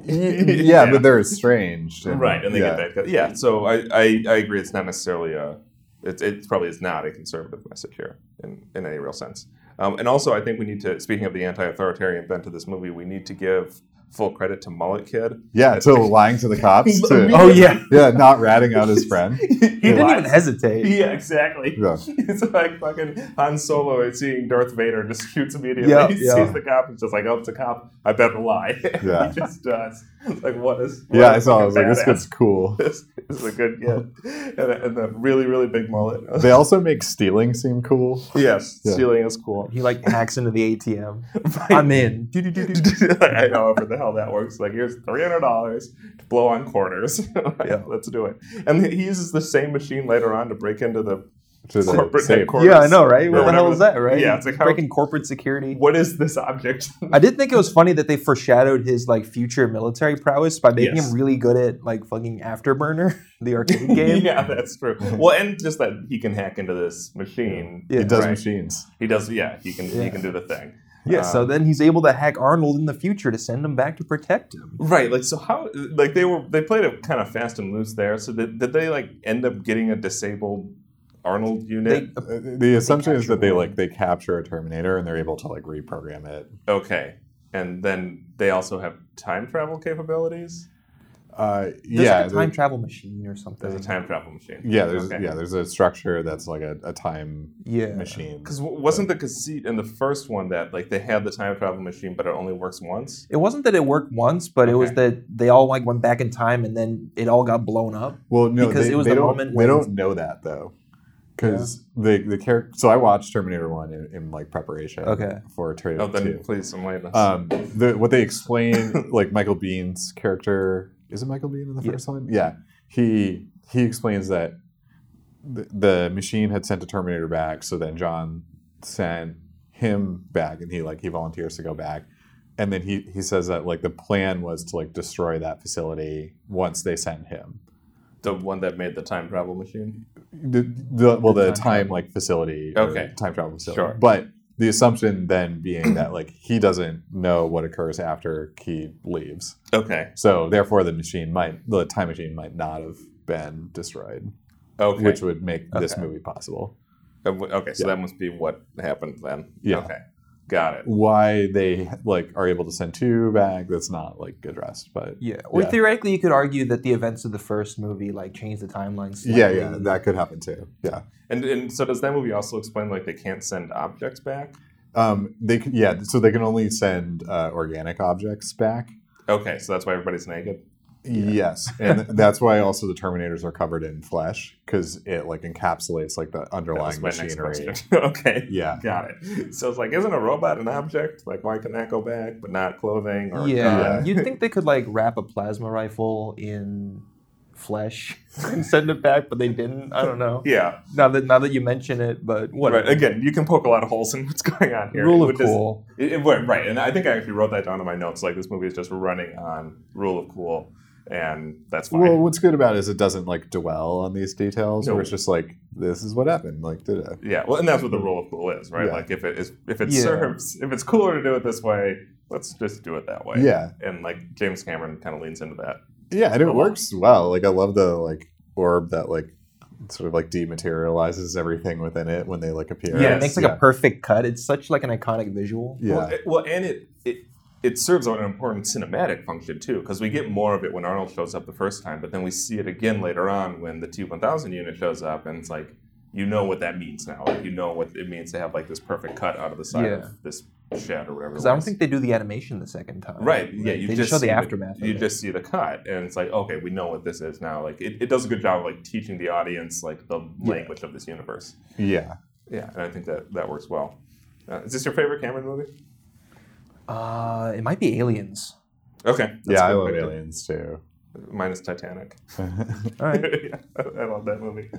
S1: yeah,
S2: Yeah.
S1: but they're estranged.
S2: right? And they
S1: yeah.
S2: get that, yeah. So I, I, I agree. It's not necessarily a it, it probably is not a conservative message here in, in any real sense. Um, and also, I think we need to speaking of the anti-authoritarian bent of this movie, we need to give full credit to Mullet Kid.
S1: Yeah, to lying to the cops. To,
S3: Oh yeah,
S1: yeah, not ratting out his friend.
S2: he
S3: he didn't even hesitate.
S2: Yeah, exactly.
S1: Yeah.
S2: It's like fucking Han Solo and seeing Darth Vader and just shoots immediately.
S3: Yeah,
S2: he
S3: yeah.
S2: sees the cop and just like, oh, it's a cop. I better lie.
S1: Yeah.
S2: he just does. It's like, what is? what
S1: Yeah, I
S2: is
S1: saw. I was
S2: fucking
S1: like, this
S2: badass?
S1: kid's cool.
S2: This is a good kid. And, a- and the really, really big mullet.
S1: They also make stealing seem cool.
S2: yes,
S1: Yeah.
S2: stealing is cool.
S3: He like hacks into the ATM. I'm in.
S2: I know however the hell that works. Like, here's three hundred dollars to blow on quarters.
S3: Yeah.
S2: Let's do it. And he uses the same machine later on to break into the
S1: To the
S2: corporate
S1: safe.
S2: headquarters.
S3: Yeah, I know, right?
S2: Or
S3: What the
S2: whatever
S3: hell is that, right?
S2: Yeah, it's like how-
S3: breaking corporate security.
S2: What is this object?
S3: I did think it was funny that they foreshadowed his like future military prowess by making
S2: Yes.
S3: him really good at like fucking Afterburner, the arcade game.
S2: yeah, that's true. Well, and just that he can hack into this machine.
S3: Yeah.
S1: It does
S2: Right.
S1: machines.
S2: He does. Yeah, he can. He
S3: Yeah.
S2: can do the thing.
S3: Yeah, so
S2: Um,
S3: then he's able to hack Arnold in the future to send him back to protect him.
S2: right. Like so, how? Like they were. They played it kind of fast and loose there. So did, did they like end up getting a disabled Arnold unit?
S3: They-
S1: Uh, The assumption is
S3: capture
S1: that they
S3: one.
S1: like they capture a Terminator and they're able to like reprogram it.
S2: okay, and then they also have time travel capabilities.
S1: Uh,
S3: there's
S1: yeah,
S3: like a time travel machine or something.
S2: There's a time travel machine.
S1: there- yeah, there's yeah, there's a structure that's like a, a time
S3: yeah.
S1: machine.
S2: Because wasn't the conceit in the first one that like they had the time travel machine, but it only works once?
S3: It wasn't that it worked once, but it was
S2: Okay.
S3: that they all like went back in time and then it all got blown up.
S1: Well, no,
S3: Because
S1: they,
S3: it was
S1: they
S3: the
S1: don't,
S3: moment
S1: they
S3: when-
S1: don't know that though, because the the character. So I watched Terminator One in, in like preparation
S3: Okay.
S1: for Terminator
S2: Oh, then
S1: Two.
S2: please enlighten us.
S1: Um, the, what they explain, like Michael Bean's character, is it Michael Bean in the
S3: Yeah.
S1: first one? Yeah, he he explains that the, the machine had sent a Terminator back, so then John sent him back, and he like he volunteers to go back, and then he he says that like the plan was to like destroy that facility once they sent him.
S2: the one that made the time travel machine.
S1: the, the well the
S3: Time
S1: time like facility or
S2: Okay.
S1: time travel facility
S2: Sure.
S1: but the assumption then being that like he doesn't know what occurs after he leaves
S2: Okay.
S1: so therefore the machine might the time machine might not have been destroyed
S2: Okay.
S1: which would make this
S2: Okay.
S1: movie possible
S2: Uh, w- okay, so
S1: Yeah.
S2: that must be what happened then.
S1: Yeah.
S2: Okay. Got it.
S1: why they like are able to send two back that's not like addressed but
S3: Yeah. Or
S1: Yeah.
S3: theoretically, you could argue that the events of the first movie like changed the timeline. Slightly.
S1: yeah yeah that could happen too yeah
S2: And and so does that movie also explain like they can't send objects back?
S1: um they c- yeah so they can only send uh, organic objects back
S2: Okay, so that's why everybody's naked.
S1: Yes, and th- that's why also the Terminators are covered in flesh because it like encapsulates like the
S2: That
S1: underlying
S2: was my next
S1: machinery.
S2: question. okay.
S1: Yeah,
S2: Got it. So it's like, isn't a robot an object? Like, why can that go back, but not clothing? Or
S3: Yeah.
S1: Yeah.
S3: You'd think they could like wrap a plasma rifle in flesh and send it back, but they didn't. I don't know.
S2: Yeah.
S3: Now that now that you mention it, but what
S2: Right. Again, you can poke a lot of holes in what's going on here.
S3: rule of
S2: which is-
S3: cool.
S2: It, it, right, right. and I think I actually wrote that down in my notes. Like, this movie is just running on rule of cool, and that's fine.
S1: Well, what's good about it is it doesn't like dwell on these details.
S2: No.
S1: Where it's just like this is what happened. Like, did it?
S2: Yeah, well, and that's what the rule of cool is, right?
S1: Yeah.
S2: Like if it is, if it
S3: Yeah.
S2: serves, if it's cooler to do it this way, let's just do it that way.
S1: Yeah,
S2: and like James Cameron kind of leans into that.
S1: yeah, and it
S2: Oh, wow.
S1: works well. Like, I love the like orb that like sort of like dematerializes everything within it when they like appear.
S3: Yeah,
S2: Yes.
S3: it makes like a perfect cut. It's such like an iconic visual.
S1: yeah.
S2: Well, it, well and it, it it serves an important cinematic function too, because we get more of it when Arnold shows up the first time, but then we see it again later on when the T one thousand unit shows up, and it's like you know what that means now. Like you know what it means to have like this perfect cut out of the side
S3: Yeah.
S2: of this shed or whatever. it
S3: Because I don't
S2: was.
S3: think they do the animation the second time.
S2: Right. Yeah. You
S3: they just, show
S2: see
S3: the aftermath. of
S2: You
S3: it.
S2: just see the cut, and it's like, okay, we know what this is now. Like, it, it does a good job of like teaching the audience like the language of this universe.
S1: yeah.
S2: Yeah, and I think that that works well. Uh, is this your favorite Cameron movie?
S3: Uh, it might be aliens.
S2: Okay. that's
S1: yeah, I
S2: cool.
S1: love aliens too.
S2: minus Titanic.
S3: All right.
S2: yeah, I love that movie.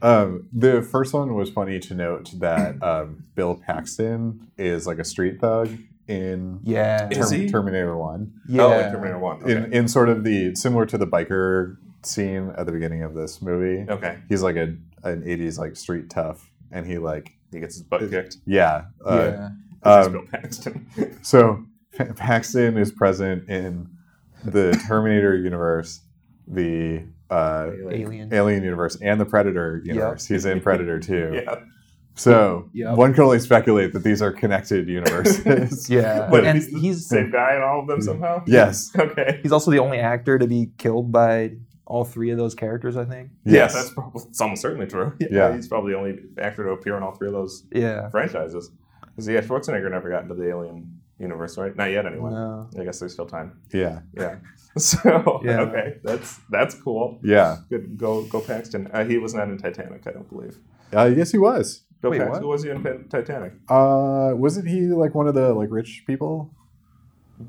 S1: Um, the first one was funny to note that um, Bill Paxton is like a street thug in
S3: Yeah.
S2: Is he?
S1: Terminator One.
S3: Yeah.
S2: Oh, in Terminator One. Okay.
S1: In in sort of the similar to the biker scene at the beginning of this movie.
S2: okay.
S1: He's like a an '80s like street tough, and he like
S2: He gets his butt kicked.
S1: yeah. Uh,
S3: yeah.
S2: It's
S1: um,
S2: Bill Paxton.
S1: So Pa- Paxton is present in the Terminator universe, the uh,
S3: Alien.
S1: Alien universe, and the Predator universe. He's in Predator too.
S2: yeah.
S1: So
S3: Yeah.
S1: one can only speculate that these are connected universes.
S3: Yeah.
S1: But
S3: and
S2: he's the
S3: he's
S2: Same guy in all of them somehow.
S1: Mm-hmm. Yes.
S2: Okay.
S3: he's also the only actor to be killed by all three of those characters, I think.
S2: Yes,
S1: Yes.
S2: that's probably it's almost certainly true.
S1: Yeah.
S2: he's probably the only actor to appear in all three of those
S3: Yeah.
S2: franchises. Because yeah, Schwarzenegger never got into the Alien universe, right? Not yet, anyway.
S3: No.
S2: I guess there's still time.
S1: yeah.
S2: Yeah. So
S3: Yeah.
S2: okay, that's that's cool.
S1: Yeah.
S2: Good. Go go Paxton. Uh, he was not in Titanic, I don't believe.
S1: Uh, yes, he was.
S2: Bill
S3: Wait,
S2: Paxton
S3: what?
S2: was he in Pan- Titanic?
S1: Uh, wasn't he like one of the like rich people?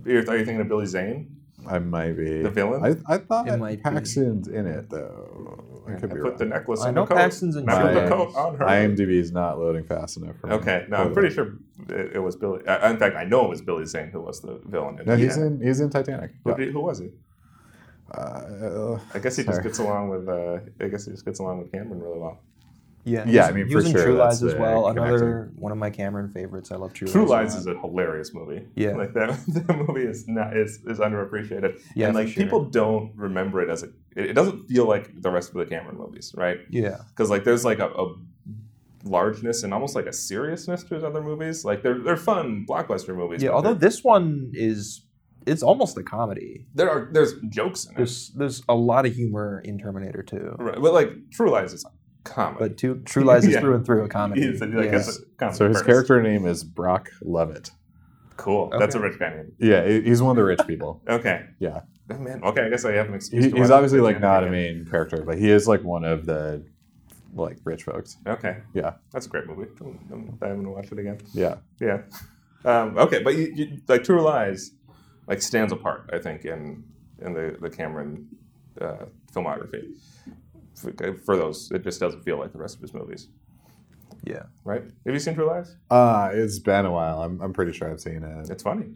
S2: You're- Are you thinking of Billy Zane?
S1: I might be
S2: The villain?
S1: I, I thought
S3: It might be.
S1: Paxton's in it though. I could
S2: I
S1: be
S2: put
S1: wrong.
S2: the necklace
S3: I
S2: on
S3: know
S2: the coat.
S3: Paxton's in
S2: And I put the
S1: Titanic.
S2: coat on her.
S1: IMDb is not loading fast enough for me.
S2: Okay, no, I'm pretty sure it, it was Billy. Uh, in fact, I know it was Billy Zane who was the villain.
S1: No, he's
S2: Yeah.
S1: in. He's in Titanic.
S2: Who, did- who was he?
S1: Uh,
S2: I guess he
S1: Sorry.
S2: just gets along with. Uh, I guess he just gets along with Cameron really well.
S3: Yeah.
S1: Yeah, I mean,
S3: he
S1: for
S3: was in
S1: sure
S3: True Lies
S1: that's,
S3: as
S1: uh,
S3: well. Another
S1: connected.
S3: one of my Cameron favorites. I love True,
S2: True
S3: Lies.
S2: Lies is a hilarious movie.
S3: uh, Yeah.
S2: like that. That movie is not is, is underappreciated.
S3: Yeah,
S2: and
S3: for
S2: like
S3: sure.
S2: people don't remember it as a. It, it doesn't feel like the rest of the Cameron movies, right?
S3: Yeah.
S2: Because like there's like a, a largeness and almost like a seriousness to his other movies. Like they're they're fun blockbuster movies.
S3: Yeah.
S2: but
S3: Although
S2: they're-
S3: this one is, it's almost a comedy.
S2: there are there's jokes in it.
S3: There's there's a lot of humor in Terminator 2.
S2: Right, but like True Lies is a comedy.
S3: But two, True Lies is
S2: Yeah.
S3: through and through a comedy.
S2: He's, like,
S3: Yeah.
S2: it's a comedy
S1: so his
S2: first.
S1: character name is Brock Lovett.
S2: Cool. That's a
S3: Okay.
S2: rich guy name.
S1: Yeah, he- he's one of the rich people.
S2: Okay.
S1: Yeah.
S2: Oh, man. Okay. I guess I have an excuse.
S1: He,
S2: to
S1: he's
S2: watch
S1: obviously
S2: it
S1: like
S2: again.
S1: not a
S2: Okay.
S1: main character, but he is like one of the like rich folks.
S2: Okay.
S1: Yeah.
S2: That's a great movie. I'm, I'm diving to watch it again.
S1: Yeah.
S2: Yeah. Um, okay, but you, you, like True Lies, like stands apart. I think in in the the Cameron uh, filmography. For, for those, it just doesn't feel like the rest of his movies,
S3: Yeah.
S2: right? Have you seen True Lies?
S1: Uh, it's been a while. I'm, I'm pretty sure I've seen it.
S2: It's funny.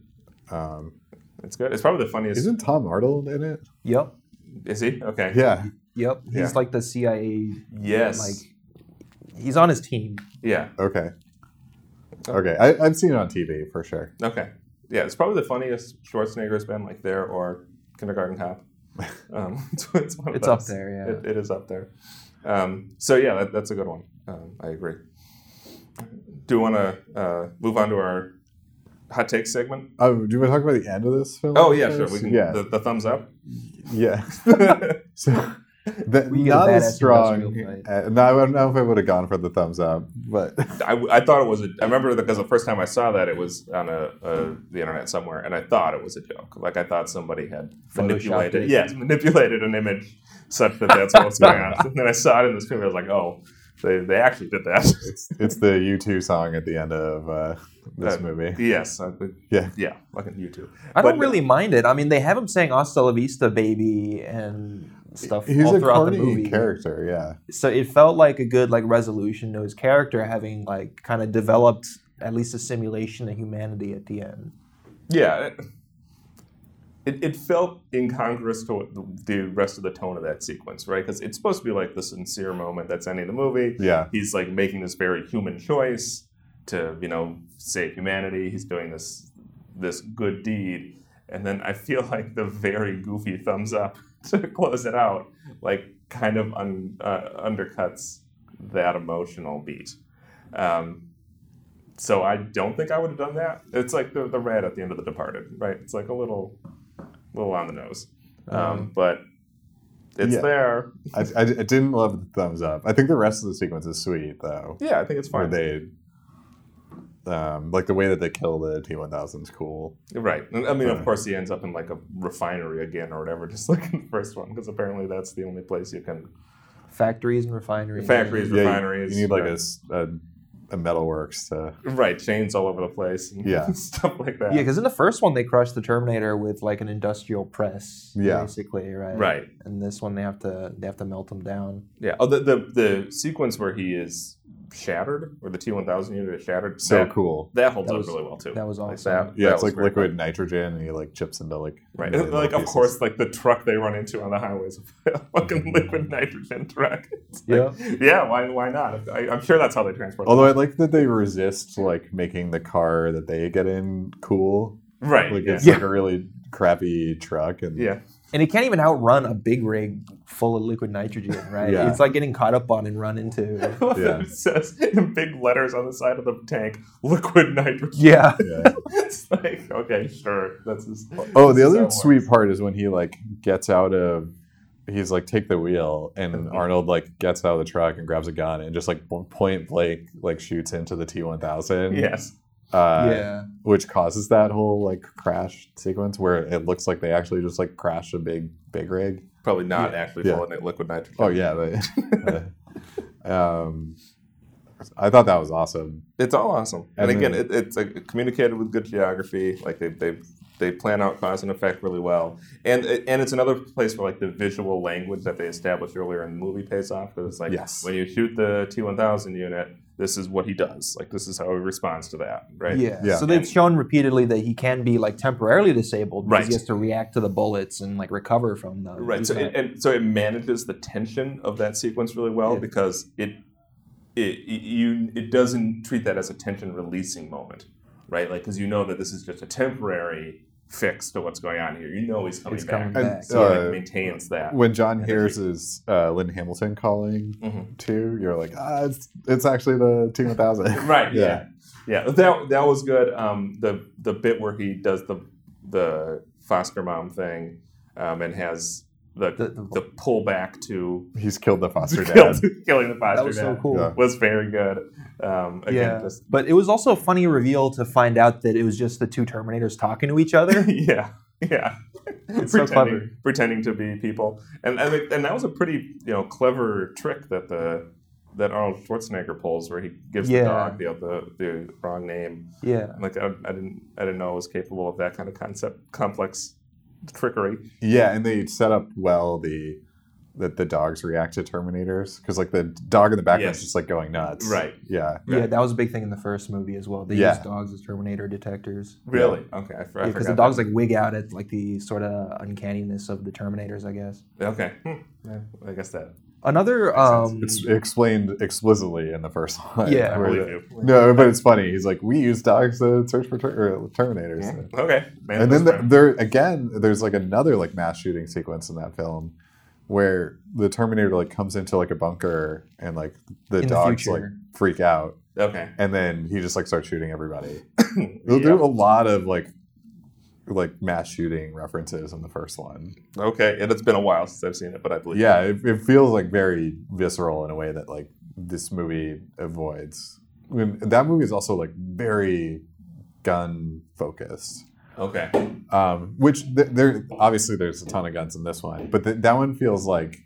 S1: Um,
S2: It's good. It's probably the funniest.
S1: isn't Tom Arnold in it?
S3: Yep.
S2: Is he? Okay.
S1: Yeah.
S3: Yep. He's
S2: Yeah.
S3: like the CIA.
S2: Yes.
S3: Like, he's on his team.
S2: Yeah.
S1: Okay. Okay. I, I've seen it on TV for sure.
S2: Okay. Yeah, it's probably the funniest Schwarzenegger's been like there or Kindergarten Cop. Um, it's, it's one of
S3: It's up
S2: those.
S3: there, yeah.
S2: It, it is up there. Um, so yeah, that, that's a good one. Um, I agree. Do you want to uh, move on to our hot take segment?
S1: Oh, do you want to talk about the end of this film?
S2: Oh yeah, sure.
S1: first?
S2: We can,
S1: yeah.
S2: the, the thumbs up.
S1: yeah.
S2: okay.
S1: So the,
S3: We get a
S1: not
S3: badass
S1: as strong.
S3: industrial fight.
S1: Uh, no, I don't know if I would have gone for the thumbs up, but
S2: I, I thought it was. A, I remember because the first time I saw that, it was on a, a the internet somewhere, and I thought it was a joke. Like I thought somebody had manipulated,
S3: it.
S2: yes, manipulated an image such that that's what's going on. And then I saw it in this movie. I was like, oh, they, they actually did that.
S1: it's the U2 song at the end of uh, this
S2: Uh,
S1: movie.
S2: yes, I, think-
S1: Yeah.
S2: yeah, fucking YouTube.
S3: I don't
S1: uh,
S2: But-
S3: really mind it. I mean, they have him saying "Hasta la vista, baby" and stuff
S1: He's
S3: all
S1: a
S3: throughout the
S1: corny
S3: movie.
S1: character, yeah.
S3: So it felt like a good like resolution to his character having like kind of developed at least a simulation of humanity at the end.
S2: Yeah. It, it, it felt incongruous to what the, the rest of the tone of that sequence, right? Because it's supposed to be like the sincere moment that's ending the movie.
S1: Yeah.
S2: he's like making this very human choice to you know save humanity he's doing this this good deed and then i feel like the very goofy thumbs up to close it out like kind of un, uh, undercuts that emotional beat um, so i don't think i would have done that it's like the, the red at the end of the departed right it's like a little little on the nose um, but it's
S1: Yeah.
S2: there
S1: I, I, I didn't love the thumbs up. I think the rest of the sequence is sweet, though.
S2: yeah i think it's
S1: Where
S2: fine
S1: they, um, like the way that they kill the T1000 is cool.
S2: Right. And, I mean, of
S1: Right.
S2: course, he ends up in like a refinery again or whatever, just like in the first one, because apparently that's the only place you can
S3: Factories and refineries.
S2: factories,
S1: Yeah, you-
S2: refineries.
S1: You, need like
S2: right.
S1: a s- a, a metalworks to
S2: Right, chains all over the place. And
S1: Yeah.
S2: stuff like that.
S3: Yeah, because in the first one they crushed the Terminator with like an industrial press,
S1: Yeah.
S3: basically, right?
S2: Right.
S3: And this one they have to they have to melt him down.
S2: Yeah. Oh, the, the the sequence where he is shattered, or the T one thousand unit is shattered.
S1: so
S2: that,
S1: cool.
S2: That holds
S3: That
S2: up
S3: was-
S2: really well too.
S3: That was
S2: Like
S3: awesome.
S2: that-
S1: Yeah,
S2: that
S1: it's
S2: was
S1: like
S2: very
S1: liquid nitrogen, and he like chips into like
S2: Right.
S1: million
S2: Like,
S1: little
S2: of
S1: pieces.
S2: course, like the truck they run into on the highways, a fucking liquid nitrogen truck. It's like, yeah. Why? Why not? I, I'm sure that's how they transport.
S1: Although I like that they resist like making the car that they get in cool.
S2: them. right.
S1: Like
S2: yeah.
S1: it's like a really crappy truck, and
S2: yeah.
S3: And it can't even outrun a big rig full of liquid nitrogen, right?
S1: Yeah.
S3: It's like getting caught up on and run into.
S1: Yeah.
S2: it says in big letters on the side of the tank, liquid nitrogen.
S3: Yeah.
S1: yeah.
S2: it's like, okay, sure. That's just,
S1: Oh, the
S2: this is how
S1: other
S2: it
S1: sweet
S2: works.
S1: part is when he like gets out of. He's like, take the wheel, and
S2: Mhm.
S1: Arnold like gets out of the truck and grabs a gun and just like point blank like shoots into the T one thousand.
S2: Yes.
S1: Uh,
S3: yeah.
S1: Which causes that whole like crash sequence where it looks like they actually just like crashed a big big rig.
S2: Probably not
S3: Yeah.
S2: actually
S1: Yeah.
S2: filling it liquid nitrogen.
S1: Oh yeah, but uh, um, I thought that was awesome.
S2: It's all awesome. And,
S1: And
S2: again,
S1: then-
S2: it, it's like communicated with good geography. Like they they they plan out cause and effect really well. And and it's another place where like the visual language that they established earlier in the movie pays off because it's like
S1: Yes.
S2: when you shoot the T one thousand unit, this is what he does. Like this is how he responds to that. Right.
S3: Yeah.
S1: Yeah.
S3: So they've shown repeatedly that he can be like temporarily disabled because
S2: Right.
S3: he has to react to the bullets and like recover from them.
S2: Right.
S3: He's
S2: So
S3: not-
S2: it, and so it manages the tension of that sequence really well
S3: Yeah.
S2: because it it it- you it doesn't treat that as a tension releasing moment, right? Like because you know that this is just a temporary fix to what's going on here. You know he's coming
S3: He's
S2: back.
S3: coming
S1: And,
S3: back.
S2: So
S1: Uh,
S2: it maintains that.
S1: When John
S2: Energy.
S1: hears his uh, Lynn Hamilton calling
S2: Mhm.
S1: too, you're like, ah, it's, it's actually the T one thousand.
S2: Right.
S1: Yeah.
S2: Yeah. yeah. That that was good. Um, the the bit where he does the the foster mom thing, um, and has the
S3: The-
S2: the,
S3: the-
S2: pullback to
S1: He's killed the foster dad.
S2: killing the foster
S3: that was
S2: dad.
S3: so cool.
S1: Yeah.
S2: was very good. Um, again,
S3: Yeah.
S2: just
S3: But it was also a funny reveal to find out that it was just the two Terminators talking to each other.
S2: yeah, yeah.
S3: so
S2: pretending,
S3: clever.
S2: pretending to be people, and and, it- and that was a pretty you know clever trick that the that Arnold Schwarzenegger pulls, where he gives
S3: Yeah.
S2: the dog the, the the wrong name.
S3: yeah.
S2: Like I, I didn't I didn't know it was capable of that kind of concept complex trickery.
S1: yeah, and they set up well the that the dogs react to Terminators because like the dog in the background is
S2: Yes.
S1: just like going nuts.
S2: Right.
S1: Yeah.
S2: Right.
S3: Yeah, that was a big thing in the first movie as well. They
S1: Yeah.
S3: used dogs as Terminator detectors.
S2: Really? Okay, I, f- I
S3: Yeah,
S2: forgot.
S3: because the dogs like wig out at like the sort of uncanniness of the Terminators, I guess.
S2: that. Okay. Hmm. Yeah, I guess that.
S3: Another, um,
S1: It's explained explicitly in the first one.
S3: Yeah.
S2: I
S1: where
S2: believe
S1: the-
S2: you.
S1: No, but it's funny. He's like, we use dogs to search for ter- or Terminators.
S2: Yeah, Okay. Man,
S1: and then
S2: that's
S1: the,
S2: right.
S1: there again there's like another like mass shooting sequence in that film where the terminator like comes into like a bunker and like the
S3: In the
S1: dogs like
S3: future.
S1: freak out
S2: okay.
S1: and then he just like starts shooting everybody they'll
S2: Yeah.
S1: do a lot of like like mass shooting references in the first one
S2: Okay, and it's been a while since I've seen it, but I believe.
S1: yeah it, it feels like very visceral in a way that like this movie avoids I mean, that movie is also like very gun focused
S2: Okay.
S1: um, which th- there obviously there's a ton of guns in this one, but th- that one feels like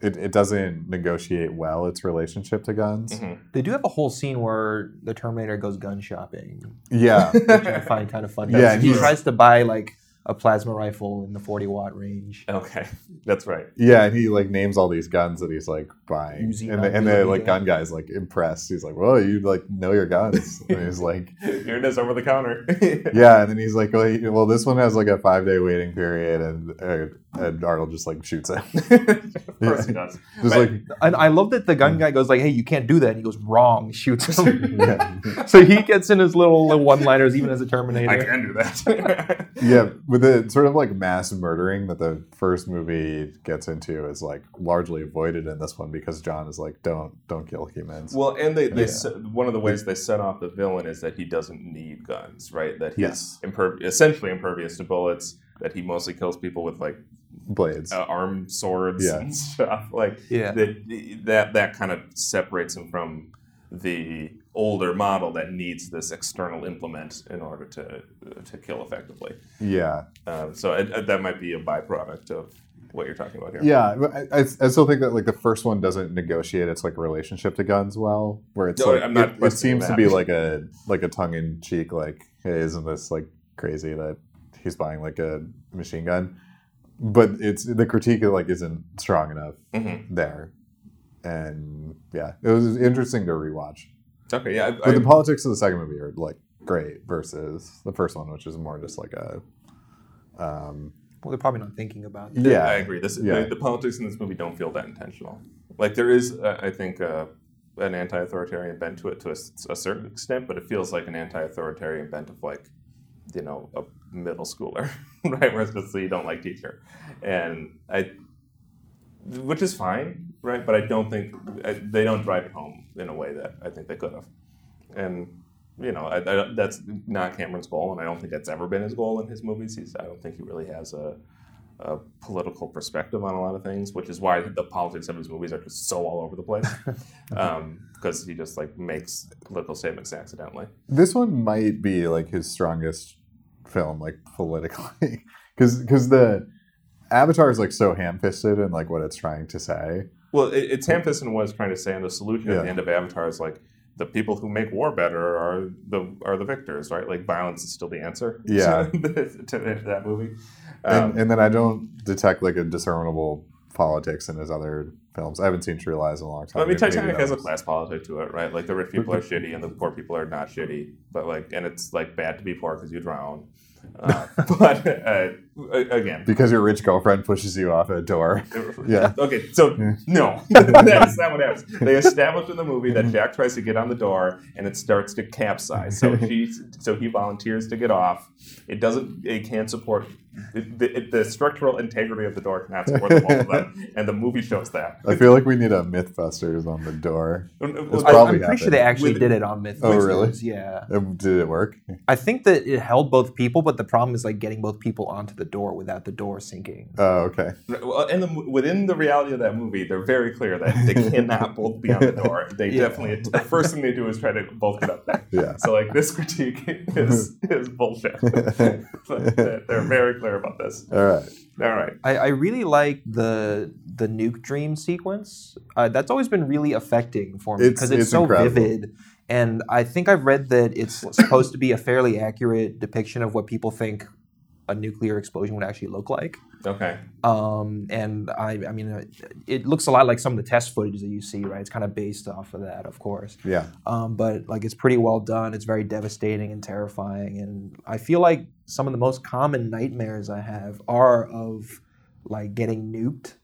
S1: it, it doesn't negotiate well its relationship to guns.
S2: Mhm.
S3: they do have a whole scene where the Terminator goes gun shopping,
S1: Yeah,
S3: which I find kind of fun.
S1: Yeah,
S3: That's-
S1: and
S3: he
S1: he's-
S3: tries to buy like a plasma rifle in the 40 watt range.
S2: Okay, that's right.
S1: yeah, and he like names all these guns that he's like buying,
S3: Uzi
S1: and the,
S3: guns,
S1: and the
S3: Uzi
S1: like gun guy's like impressed. He's like, "Whoa, you like know your guns?" and he's like,
S2: Here it is over the counter.
S1: "Yeah," and then he's like, "Well, he- well this one has like a five day waiting period," and uh, and Arnold just like shoots him,
S2: of course he does.
S1: just like
S2: Right.
S3: And I love that the gun guy goes like, "Hey, you can't do that." And he goes, "Wrong." Shoots him.
S1: yeah.
S3: so he gets in his little, little one-liners even as a Terminator.
S2: I can do that.
S1: yeah, with the sort of like mass murdering that the first movie gets into is like largely avoided in this one because John is like, don't don't kill humans.
S2: well, and they, they
S1: Yeah.
S2: se- one of the ways they set off the villain is that he doesn't need guns, right? That he's
S1: Yes.
S2: imper- essentially impervious to bullets. That he mostly kills people with like
S1: Blades.
S2: uh, armed swords
S1: Yeah.
S2: and stuff. Like
S3: Yeah.
S2: that, that that kind of separates him from the older model that needs this external implement in order to to kill effectively.
S1: Yeah,
S2: uh, Um, so it, that might be a byproduct of what you're talking about here.
S1: Yeah, but I, I, I still think that like the first one doesn't negotiate its like relationship to guns well, where it's
S2: No,
S1: like
S2: I'm not
S1: it- it,
S2: questioning
S1: seems to
S2: that.
S1: be like a like a tongue in cheek like hey, isn't this like crazy that he's buying like a machine gun, but it's the critique like isn't strong enough
S2: Mhm.
S1: there, and yeah, it was interesting to rewatch.
S2: Okay. Yeah. I,
S1: But
S2: I,
S1: the politics of the second movie are like great versus the first one, which is more just like a um,
S3: Well, they're probably not thinking about that.
S1: yeah.
S2: I agree. This
S1: Yeah.
S2: the, the politics in this movie don't feel that intentional. Like there is, uh, I think, uh, an anti-authoritarian bent to it to a, s- a certain extent, but it feels like an anti-authoritarian bent of like, you know, a middle schooler, right? Whereas it's the you don't like teacher, and I, which is fine, right? But I don't think I, they don't drive it home in a way that I think they could have, and. You know, I, I, that's not Cameron's goal, and I don't think that's ever been his goal in his movies. He's, I don't think he really has a, a political perspective on a lot of things, which is why the politics of his movies are just so all over the place. Because he just like makes political statements accidentally.
S1: This one might be like his strongest film, like politically, because the Avatar is like so ham-fisted in like what it's trying to say.
S2: Well, it, it's Hampton was trying to say, and the solution at
S1: Yeah.
S2: the end of Avatar is like the people who make war better are the are the victors, right? Like violence is still the answer.
S1: Yeah.
S2: to that movie. Um,
S1: And, and then I don't detect like a discernible politics in his other films. I haven't seen True Lies in a long time.
S2: I mean,
S1: Maybe
S2: Titanic
S1: that
S2: has a
S1: was-
S2: class politic to it, right? Like the rich people are shitty and the poor people are not shitty, but like, and it's like bad to be poor because you drown. Uh, but uh, a- again,
S1: because your rich girlfriend pushes you off a door. Yeah.
S2: Okay, so
S1: Yeah.
S2: no, that's not what happens. They establish in the movie that Jack tries to get on the door and it starts to capsize. So he so he volunteers to get off. It doesn't. It can't support it, the, it, the structural integrity of the door cannot support the both of them, and the movie shows that.
S1: I feel like we need a MythBusters on the door.
S2: Well,
S3: I, am
S1: probably
S3: pretty sure
S1: happened.
S3: they actually
S2: With-
S3: did it on MythBusters.
S1: Oh, really?
S3: Yeah.
S1: Uh, Did it work?
S3: I think that it held both people, but the problem is like getting both people onto the door without the door sinking.
S1: Oh, okay.
S2: Well, in the within the reality of that movie, they're very clear that they cannot both be on the door. They
S3: Yeah.
S2: definitely the first thing they do is try to both get up there.
S1: Yeah.
S2: So like this critique is is bullshit. But they're they're very clear about this.
S1: All right.
S2: All right.
S3: I, I really like the the nuke dream sequence. Uh, that's always been really affecting for me
S1: It's-
S3: because it's,
S1: it's
S3: so
S1: incredible.
S3: vivid. And I think I've read that it's supposed to be a fairly accurate depiction of what people think a nuclear explosion would actually look like.
S2: Okay.
S3: Um, and I, I mean, it, it looks a lot like some of the test footage that you see, right? It's kind of based off of that, of course.
S1: Yeah.
S3: Um, but like, it's pretty well done. It's very devastating and terrifying. And I feel like some of the most common nightmares I have are of like getting nuked.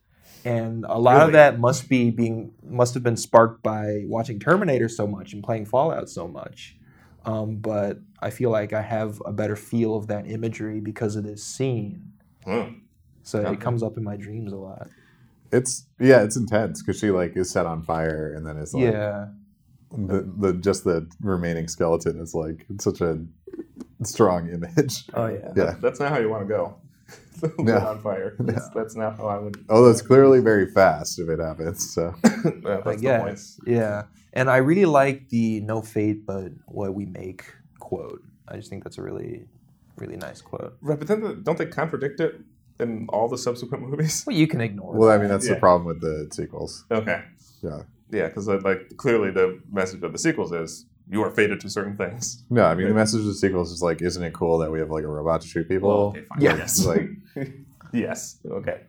S3: And a lot
S2: Really?
S3: of that must be being must have been sparked by watching Terminator so much and playing Fallout so much. Um, but I feel like I have a better feel of that imagery because of this scene.
S2: Hmm.
S3: So
S2: Okay.
S3: it comes up in my dreams a lot.
S1: It's yeah, it's intense because she like is set on fire and then it's like
S3: yeah.
S1: the, the just the remaining skeleton is like it's such a strong image.
S3: Oh yeah.
S1: Yeah.
S2: That's not how you want to go. We're
S1: No.
S2: on fire. That's, that's not how I would.
S1: Although it's clearly very fast if it happens. So
S2: that's
S3: I
S2: the point.
S3: guess. Yeah. And I really like the no fate but what we make quote. I just think that's a really really nice quote.
S2: Right, but then the, don't they contradict it in all the subsequent movies?
S3: Well you can ignore
S1: well, I mean that's the
S2: Yeah.
S1: problem with the sequels.
S2: Okay.
S1: Yeah.
S2: Yeah, because like clearly the message of the sequels is you are fated to certain things.
S1: No, I mean the message of the sequels is like, isn't it cool that we have like a robot to shoot people?
S2: okay, fine.
S3: yeah.
S2: Yes.
S1: It's like
S2: yes. Okay.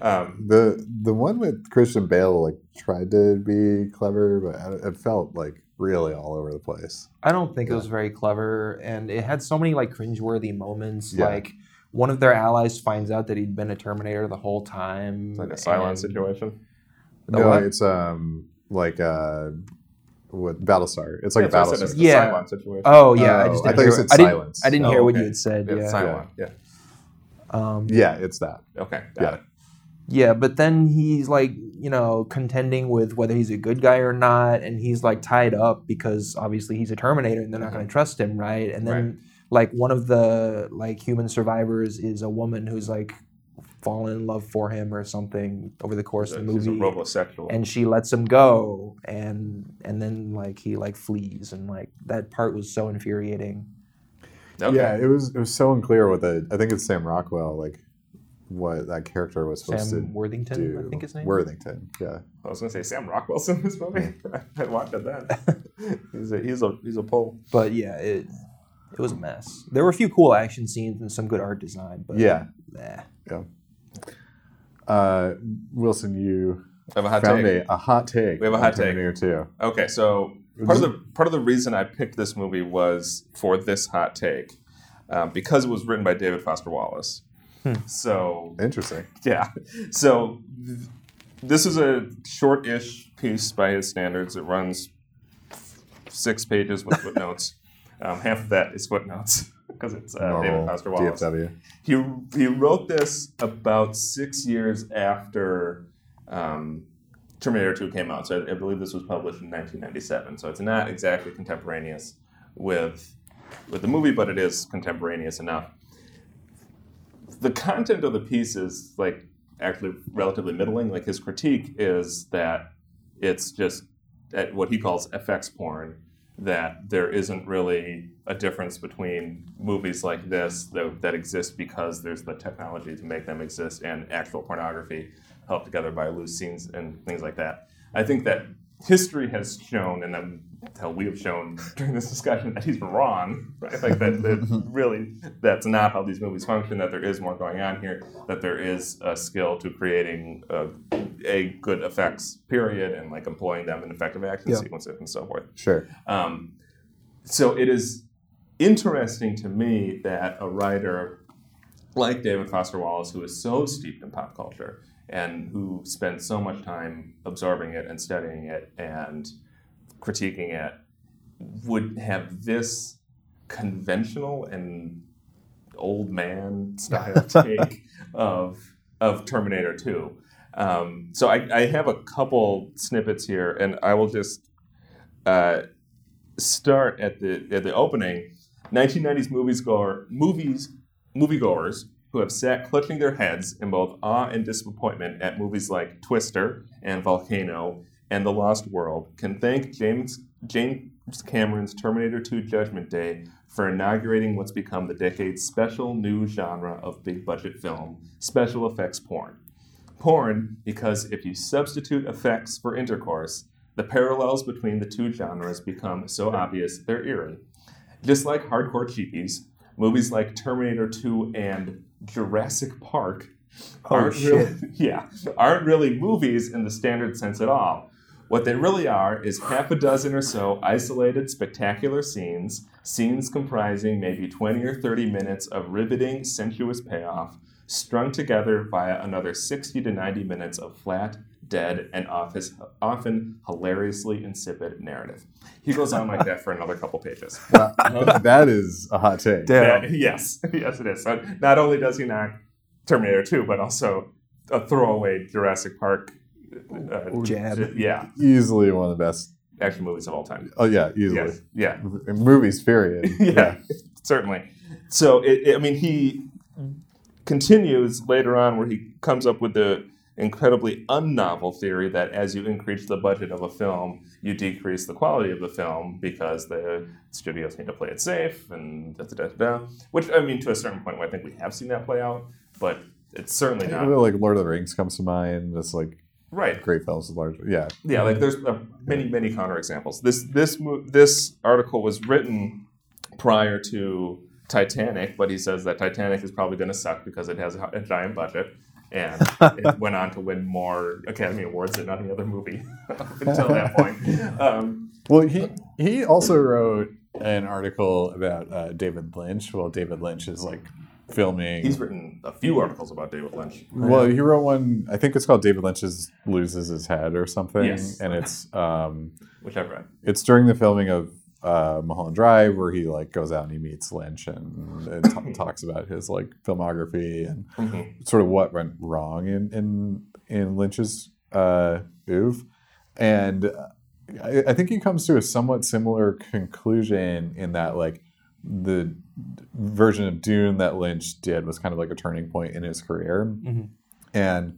S2: Um,
S1: the the one with Christian Bale like tried to be clever, but I- it felt like really all over the place.
S3: I don't think it was very clever and it had so many like cringeworthy moments
S1: Yeah.
S3: like one of their allies finds out that he'd been a Terminator the whole time.
S2: it's like a silent
S3: and-
S2: situation.
S3: The
S1: no,
S3: what?
S1: it's um like uh what Battlestar. It's like
S2: yeah,
S1: a
S2: so I said
S1: Battlestar.
S2: It's
S3: Yeah.
S2: a silent situation.
S3: Oh yeah,
S1: Oh, I
S3: I just didn't
S1: thought you
S3: hear,
S1: said
S3: I didn't,
S1: silence.
S3: I didn't
S2: Oh,
S3: hear what
S2: okay.
S3: you had said.
S2: yeah.
S3: yeah.
S2: Silent. Yeah.
S3: Um,
S1: Yeah, it's that.
S2: Okay. got
S1: Yeah.
S2: it.
S3: Yeah, but then he's like, you know, contending with whether he's a good guy or not, and he's like tied up because obviously he's a Terminator and they're not
S2: Mm-hmm.
S3: going to trust him, right? And then like one of the like human survivors is a woman who's like fallen in love for him or something over the course
S2: She's a
S3: of the movie,
S2: robosexual.
S3: and she lets him go, and and then like he like flees, and like that part was so infuriating.
S2: okay.
S1: Yeah, it was it was so unclear what the I think it's Sam Rockwell like what that character was supposed
S3: Sam
S1: to
S3: Worthington,
S1: do.
S3: I think his name.
S1: Worthington. Yeah.
S2: I was gonna say Sam Rockwell's in this movie. I wanted that. he's a he's a he's a pole.
S3: but yeah, it it was a mess. There were a few cool action scenes and some good art design, but
S1: Yeah.
S3: eh.
S1: Uh, Wilson, you
S2: I have a hot
S1: found
S2: take.
S1: a, a hot take.
S2: We have a hot
S1: on
S2: take.
S1: Terminator Two.
S2: Okay, so part of the part of the reason I picked this movie was for this hot take, um, because it was written by David Foster Wallace. So
S1: Interesting.
S2: yeah, so th- this is a short-ish piece by his standards. It runs six pages with footnotes. um, half of that is footnotes because it's uh, David
S1: Normal
S2: Foster Wallace.
S1: DFW.
S2: he he wrote this about six years after um, Terminator 2 came out. So I, I believe this was published in 1997. So it's not exactly contemporaneous with with the movie, but it is contemporaneous enough. The content of the piece is like actually relatively middling. Like his critique is that it's just at what he calls effects porn that there isn't really a difference between movies like this that, that exist because there's the technology to make them exist and actual pornography held together by loose scenes and things like that. I think that history has shown, and then hell, we have shown during this discussion that he's wrong. Right? Like that, that really, that's not how these movies function. That there is more going on here. That there is a skill to creating a, a good effects period and like employing them in effective action
S3: Yeah.
S2: sequences and so forth.
S1: Sure.
S2: Um, so it is interesting to me that a writer like David Foster Wallace, who is so steeped in pop culture and who spends so much time absorbing it and studying it and critiquing it, would have this conventional and old man style take of of Terminator 2. Um, so I, I have a couple snippets here, and I will just uh, start at the at the opening. 1990s movies goer, movies moviegoers who have sat clutching their heads in both awe and disappointment at movies like Twister and Volcano and The Lost World can thank James James Cameron's Terminator 2 Judgment Day for inaugurating what's become the decade's special new genre of big budget film, special effects porn. Porn, because if you substitute effects for intercourse, the parallels between the two genres become so obvious they're eerie. Just like hardcore cheapies, movies like Terminator 2 and Jurassic Park
S3: Oh,
S2: aren't really, yeah, aren't really movies in the standard sense at all. What they really are is half a dozen or so isolated, spectacular scenes, scenes comprising maybe 20 or 30 minutes of riveting, sensuous payoff, strung together via another 60 to 90 minutes of flat, dead, and office, often hilariously insipid narrative. He goes on like that for another couple pages.
S1: Wow. that is a hot take.
S2: That- yes, yes, it is. So not only does he knock Terminator 2, but also a throwaway Jurassic Park uh,
S3: Jab.
S2: j- yeah,
S1: Easily one of the best.
S2: action movies of all time.
S1: Oh yeah, easily.
S2: Yes, yeah,
S1: M- Movies. Period.
S2: yeah, certainly. So, it, it- I mean, he continues later on where he comes up with the incredibly unnovel theory that as you increase the budget of a film, you decrease the quality of the film because the studios need to play it safe and da da da da. Which, I mean, to a certain point, I think we have seen that play out, but it's certainly
S1: Yeah.
S2: not.
S1: Like Lord of the Rings comes to mind. That's like
S2: Right.
S1: great films. Largely. Yeah.
S2: yeah, like there's uh, many many counterexamples. This this mo- this article was written prior to Titanic, but he says that Titanic is probably going to suck because it has a, a giant budget and it went on to win more Academy Awards than any other movie up until that point. Um,
S1: Well, he he also wrote an article about uh, David Lynch. Well, David Lynch is like filming.
S2: he's written a few articles about David Lynch.
S1: well, he wrote one. I think it's called David Lynch's loses his head or something,
S2: Yes.
S1: and it's um,
S2: which I've read.
S1: it's during the filming of uh, Mulholland Drive where he like goes out and he meets Lynch and, and t- talks about his like filmography and
S2: Mhm.
S1: sort of what went wrong in in in Lynch's uh, oeuvre, and I, I think he comes to a somewhat similar conclusion in that like the version of Dune that Lynch did was kind of like a turning point in his career,
S3: Mhm.
S1: and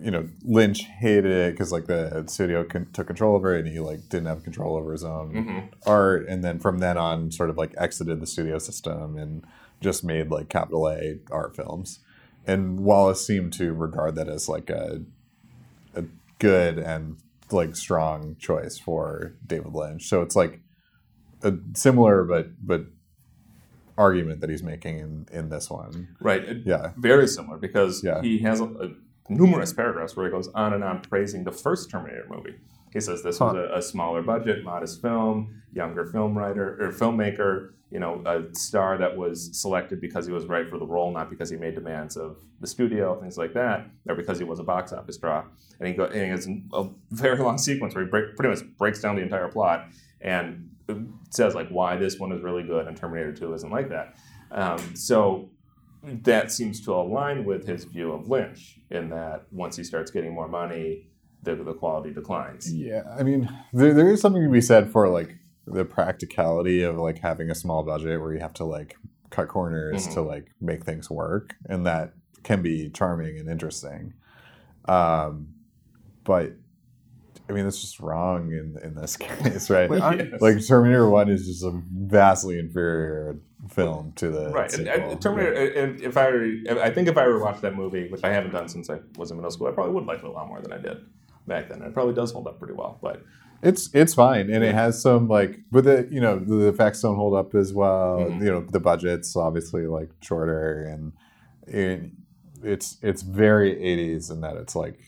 S1: you know Lynch hated it because like the studio con- took control over it and he like didn't have control over his own
S2: Mhm.
S1: art and then from then on sort of like exited the studio system and just made like capital A art films and Wallace seemed to regard that as like a a good and like strong choice for David Lynch. So it's like a similar but but argument that he's making in in this one.
S2: Right. uh, It-
S1: Yeah.
S2: Very similar because
S1: Yeah.
S2: he has a, a- numerous paragraphs where he goes on and on praising the first Terminator movie. He says this was
S3: Huh.
S2: a, a smaller budget, modest film, younger film writer or filmmaker, you know, a star that was selected because he was right for the role, not because he made demands of the studio, things like that, or because he was a box office draw. And he goes, and it's a very long sequence where he break, pretty much breaks down the entire plot and says like why this one is really good and Terminator 2 isn't like that. Um, so that seems to align with his view of Lynch in that once he starts getting more money, the, the quality declines.
S1: Yeah, I mean, there, there is something to be said for like the practicality of like having a small budget where you have to like cut corners
S2: Mhm.
S1: to like make things work, and that can be charming and interesting. Um, but I mean, that's just wrong in in this case, right?
S3: Wait, I'm-
S2: Yes.
S1: like Terminator One is just a vastly inferior film to the
S2: right. And,
S1: sequel.
S2: and Terminator. And if I, were- I think if I were to watch that movie, which I haven't done since I was in middle school, I probably would like it a lot more than I did back then. And it probably does hold up pretty well. But
S1: It's it's fine, and it has some like, but the you know the effects don't hold up as well.
S2: Mhm.
S1: You know the budget's obviously like shorter, and and it's it's very '80s in that it's like,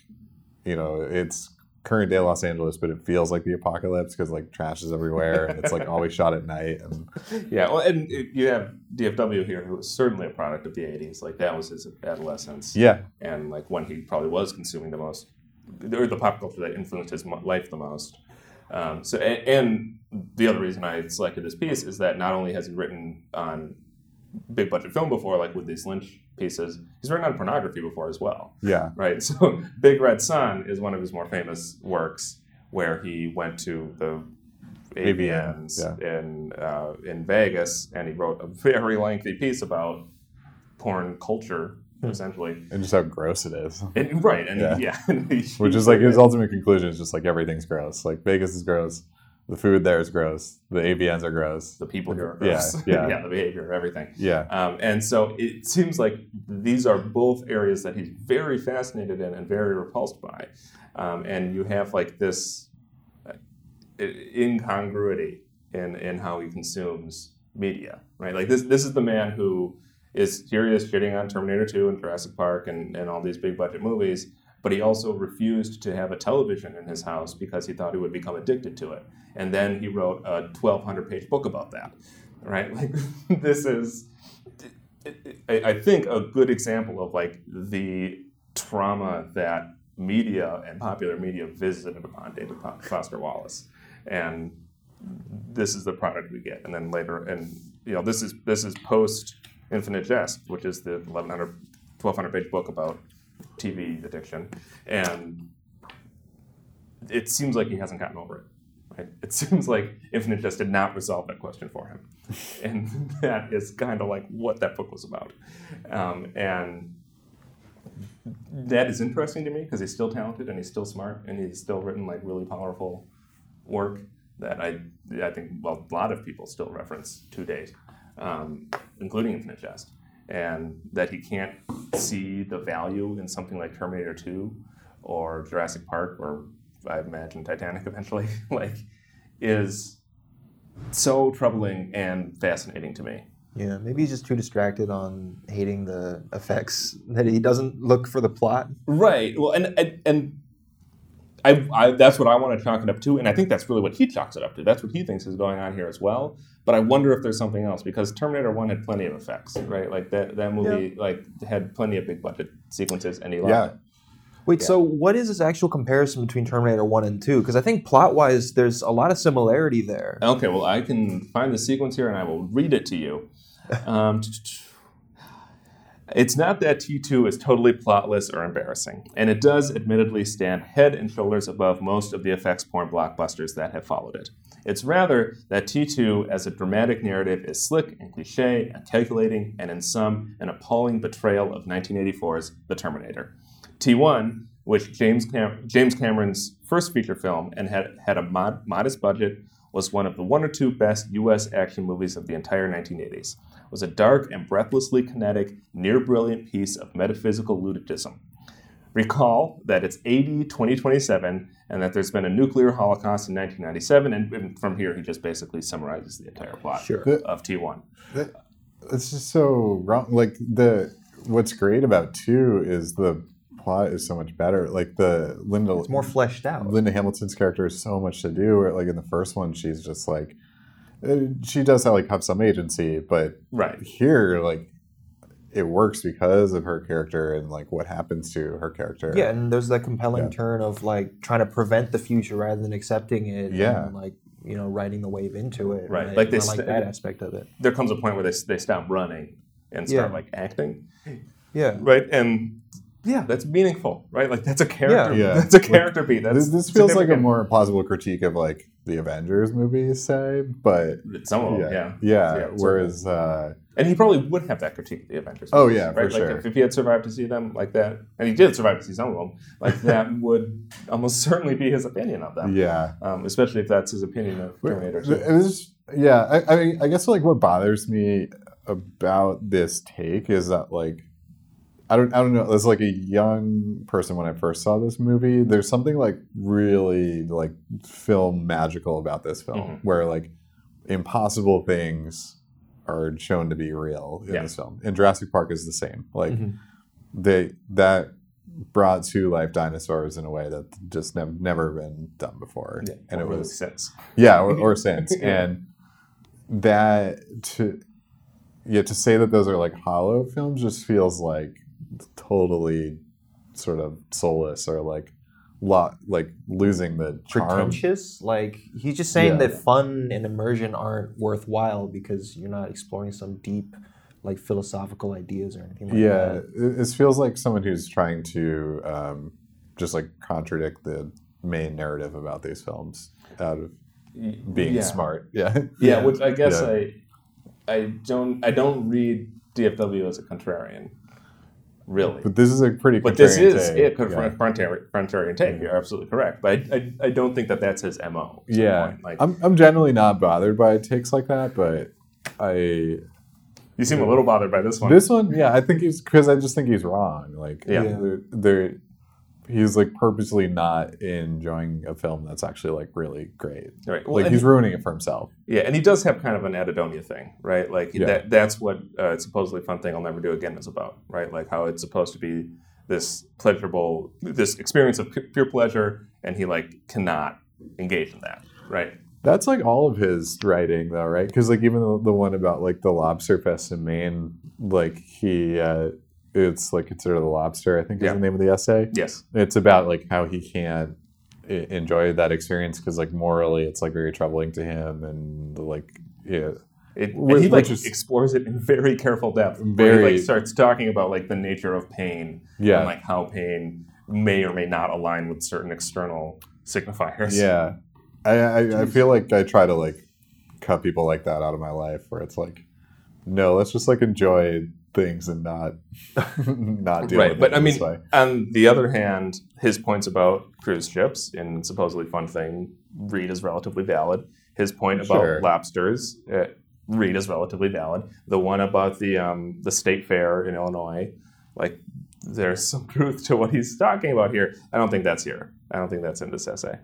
S1: you know, it's current day Los Angeles, but it feels like the apocalypse because like trash is everywhere, and it's like always shot at night, and
S2: yeah, well, and it- you have DFW here, who was certainly a product of the '80s. Like that was his adolescence.
S1: yeah,
S2: and like when he probably was consuming the most, or the pop culture that influenced his mo- life the most. Um, so, and, and the other reason I selected this piece is that not only has he written on big budget film before, like with these Lynch pieces, he's written on pornography before as well,
S1: yeah,
S2: right? So, Big Red Sun is one of his more famous works, where he went to the ABNs
S1: ABN,
S2: in uh, in Vegas, and he wrote a very lengthy piece about porn culture, essentially.
S1: and just how gross it is.
S2: And, right, and
S1: Yeah.
S2: yeah,
S1: Which is like his ultimate conclusion is just like everything's gross. Like Vegas is gross, the food there is gross, the ABNs are gross.
S2: the people here. Are
S1: Yeah,
S2: gross.
S1: yeah.
S2: the behavior, everything.
S1: Yeah,
S2: Um, and so it seems like these are both areas that he's very fascinated in and very repulsed by. Um, and you have like this uh, i- incongruity in in how he consumes media, right? Like this this is the man who is furious shitting on Terminator 2 and Jurassic Park and, and all these big budget movies, but he also refused to have a television in his house because he thought he would become addicted to it. And then he wrote a 1,200 page book about that, right? Like, this is, I I think, a good example of like the trauma that media and popular media visited upon David Po- Foster Wallace. And this is the product we get. And then later, and you know, this is this is post Infinite Jest, which is the 1100, 1200 page book about TV addiction, and it seems like he hasn't gotten over it. Right? It seems like Infinite Jest did not resolve that question for him, and that is kind of like what that book was about, um, and. That is interesting to me because he's still talented and he's still smart and he's still written like really powerful work that I I think well, a lot of people still reference to date, um, including Infinite Jest, and that he can't see the value in something like Terminator Two or Jurassic Park or I imagine Titanic eventually like is so troubling and fascinating to me.
S3: Yeah, maybe he's just too distracted on hating the effects that he doesn't look for the plot.
S2: Right. Well, and and, and I, I that's what I want to chalk it up to, and I think that's really what he chalks it up to. That's what he thinks is going on here as well. But I wonder if there's something else because Terminator One had plenty of effects, right? Like that that movie like had plenty of big budget sequences, and he loved
S1: Yeah.
S2: it.
S3: Wait,
S2: Yeah.
S3: so what is this actual comparison between Terminator 1 and 2? Because I think plot wise, there's a lot of similarity there.
S2: Okay, well I can find the sequence here, and I will read it to you. Um, It's not that T2 is totally plotless or embarrassing, and it does admittedly stand head and shoulders above most of the effects porn blockbusters that have followed it. It's rather that T2 as a dramatic narrative is slick and cliche and calculating, and in some, an appalling betrayal of 1984's The Terminator. T1, which James, Cam- James Cameron's first feature film and had, had a mod- modest budget, was one of the one or two best U.S. action movies of the entire 1980s. It was a dark and breathlessly kinetic, near brilliant piece of metaphysical ludicrism. Recall that it's 80 2027 and that there's been a nuclear holocaust in 1997, and- and from here he just basically summarizes the entire plot
S3: Sure.
S2: of T1.
S1: It's just so wrong. Like the what's great about two is the plot is so much better. Like the Linda
S4: It's more fleshed out.
S1: Linda Hamilton's character has so much to do. Where like in the first one, she's just like uh, she does have like have some agency, but
S2: Right.
S1: here like it works because of her character and like what happens to her character.
S4: Yeah, and there's that compelling
S1: Yeah.
S4: turn of like trying to prevent the future rather than accepting it.
S1: Yeah.
S4: And, like you know, riding the wave into it.
S2: Right,
S4: and
S2: like
S4: I-
S2: they
S4: and I like
S2: st-
S4: that aspect of it.
S2: there comes a point where they, they stop running and start
S4: Yeah.
S2: like acting
S4: Yeah.
S2: right and yeah that's meaningful right like that's a character
S1: Yeah. Yeah.
S2: that's a character beat that's
S1: This, this feels like a
S2: significant.
S1: more plausible critique of like the Avengers movies, say, but
S2: some of them Oh, yeah.
S1: yeah, yeah.
S2: Yeah,
S1: whereas, uh,
S2: and he probably would have that critique of the Avengers
S1: Oh,
S2: movies,
S1: yeah, for
S2: right like
S1: sure.
S2: if, if he had survived to see them like that and he did survive to see some of them like that would almost certainly be his opinion of them
S1: yeah,
S2: um, especially if that's his opinion of Terminator
S1: It
S2: 2.
S1: was, yeah, I, I mean, I guess like what bothers me about this take is that like, I don't, I don't know. As like a young person when I first saw this movie, there's something like really like film magical about this film,
S2: Mhm.
S1: where like impossible things are shown to be real in
S2: Yeah. Mm-hmm.
S1: this film. And Jurassic Park is the same. Like
S4: Mhm.
S1: they that brought to life dinosaurs in a way that just nev- never been done before.
S2: Yeah,
S1: and it
S2: really
S1: was
S2: sense.
S1: yeah or, or since
S2: Yeah.
S1: and that to yeah to say that those are like hollow films just feels like totally sort of soulless or like lot like losing the charm
S4: Pretentious, like he's just saying
S1: Yeah.
S4: that fun and immersion aren't worthwhile because you're not exploring some deep, like philosophical ideas or anything like
S1: yeah
S4: that.
S1: it, it feels like someone who's trying to um, just like contradict the main narrative about these films out of being
S2: Yeah.
S1: smart yeah
S2: yeah, which I guess
S1: Yeah.
S2: I I don't I don't read DFW as a contrarian, really. But,
S1: but this is a pretty
S2: this
S1: contrarian
S2: is
S1: take. Mm-hmm.
S2: a confront- frontarian frontarian take. You're absolutely correct. But I, I, I don't think that that's his mo. at some
S1: Yeah,
S2: point. like
S1: I'm, I'm generally not bothered by takes like that, but I
S2: you seem a little bothered by this one.
S1: this one, yeah, I think he's because I just think he's wrong. Like,
S2: Yeah.
S4: Yeah.
S1: they're, they're- he's like purposely not enjoying a film that's actually like really great.
S2: right. Well,
S1: Like
S2: and-
S1: he's ruining it for himself.
S2: Yeah, and he does have kind of an anhedonia thing, right? Like
S1: Yeah.
S2: that, that's what uh, it's supposedly fun thing I'll never do again is about, right? Like how it's supposed to be this pleasurable, this experience of pu- pure pleasure, and he like cannot engage in that, right?
S1: That's like all of his writing, though, right? Because like even the, the one about like the lobster fest in Maine, like he, uh, it's like considered the lobster. I think is
S2: Yeah.
S1: the name of the essay.
S2: Yes,
S1: it's about like how he can't e- enjoy that experience because like morally it's like very troubling to him and like yeah
S2: it, and
S1: Which-
S2: he like
S1: which is-
S2: explores it in very careful depth. where he,
S1: Very-
S2: like starts talking about like the nature of pain
S1: yeah
S2: and like how pain may or may not align with certain external signifiers.
S1: yeah I, I i feel like i try to like cut people like that out of my life where it's like no let's just like enjoy things and not not deal
S2: right
S1: with
S2: but
S1: it
S2: i mean
S1: this way.
S2: on the other hand his points about cruise ships and supposedly fun thing read is relatively valid his point about
S1: Sure.
S2: lobsters uh, read is relatively valid the one about the um, the state fair in illinois like there's some truth to what he's talking about here i don't think that's here i don't think that's in this essay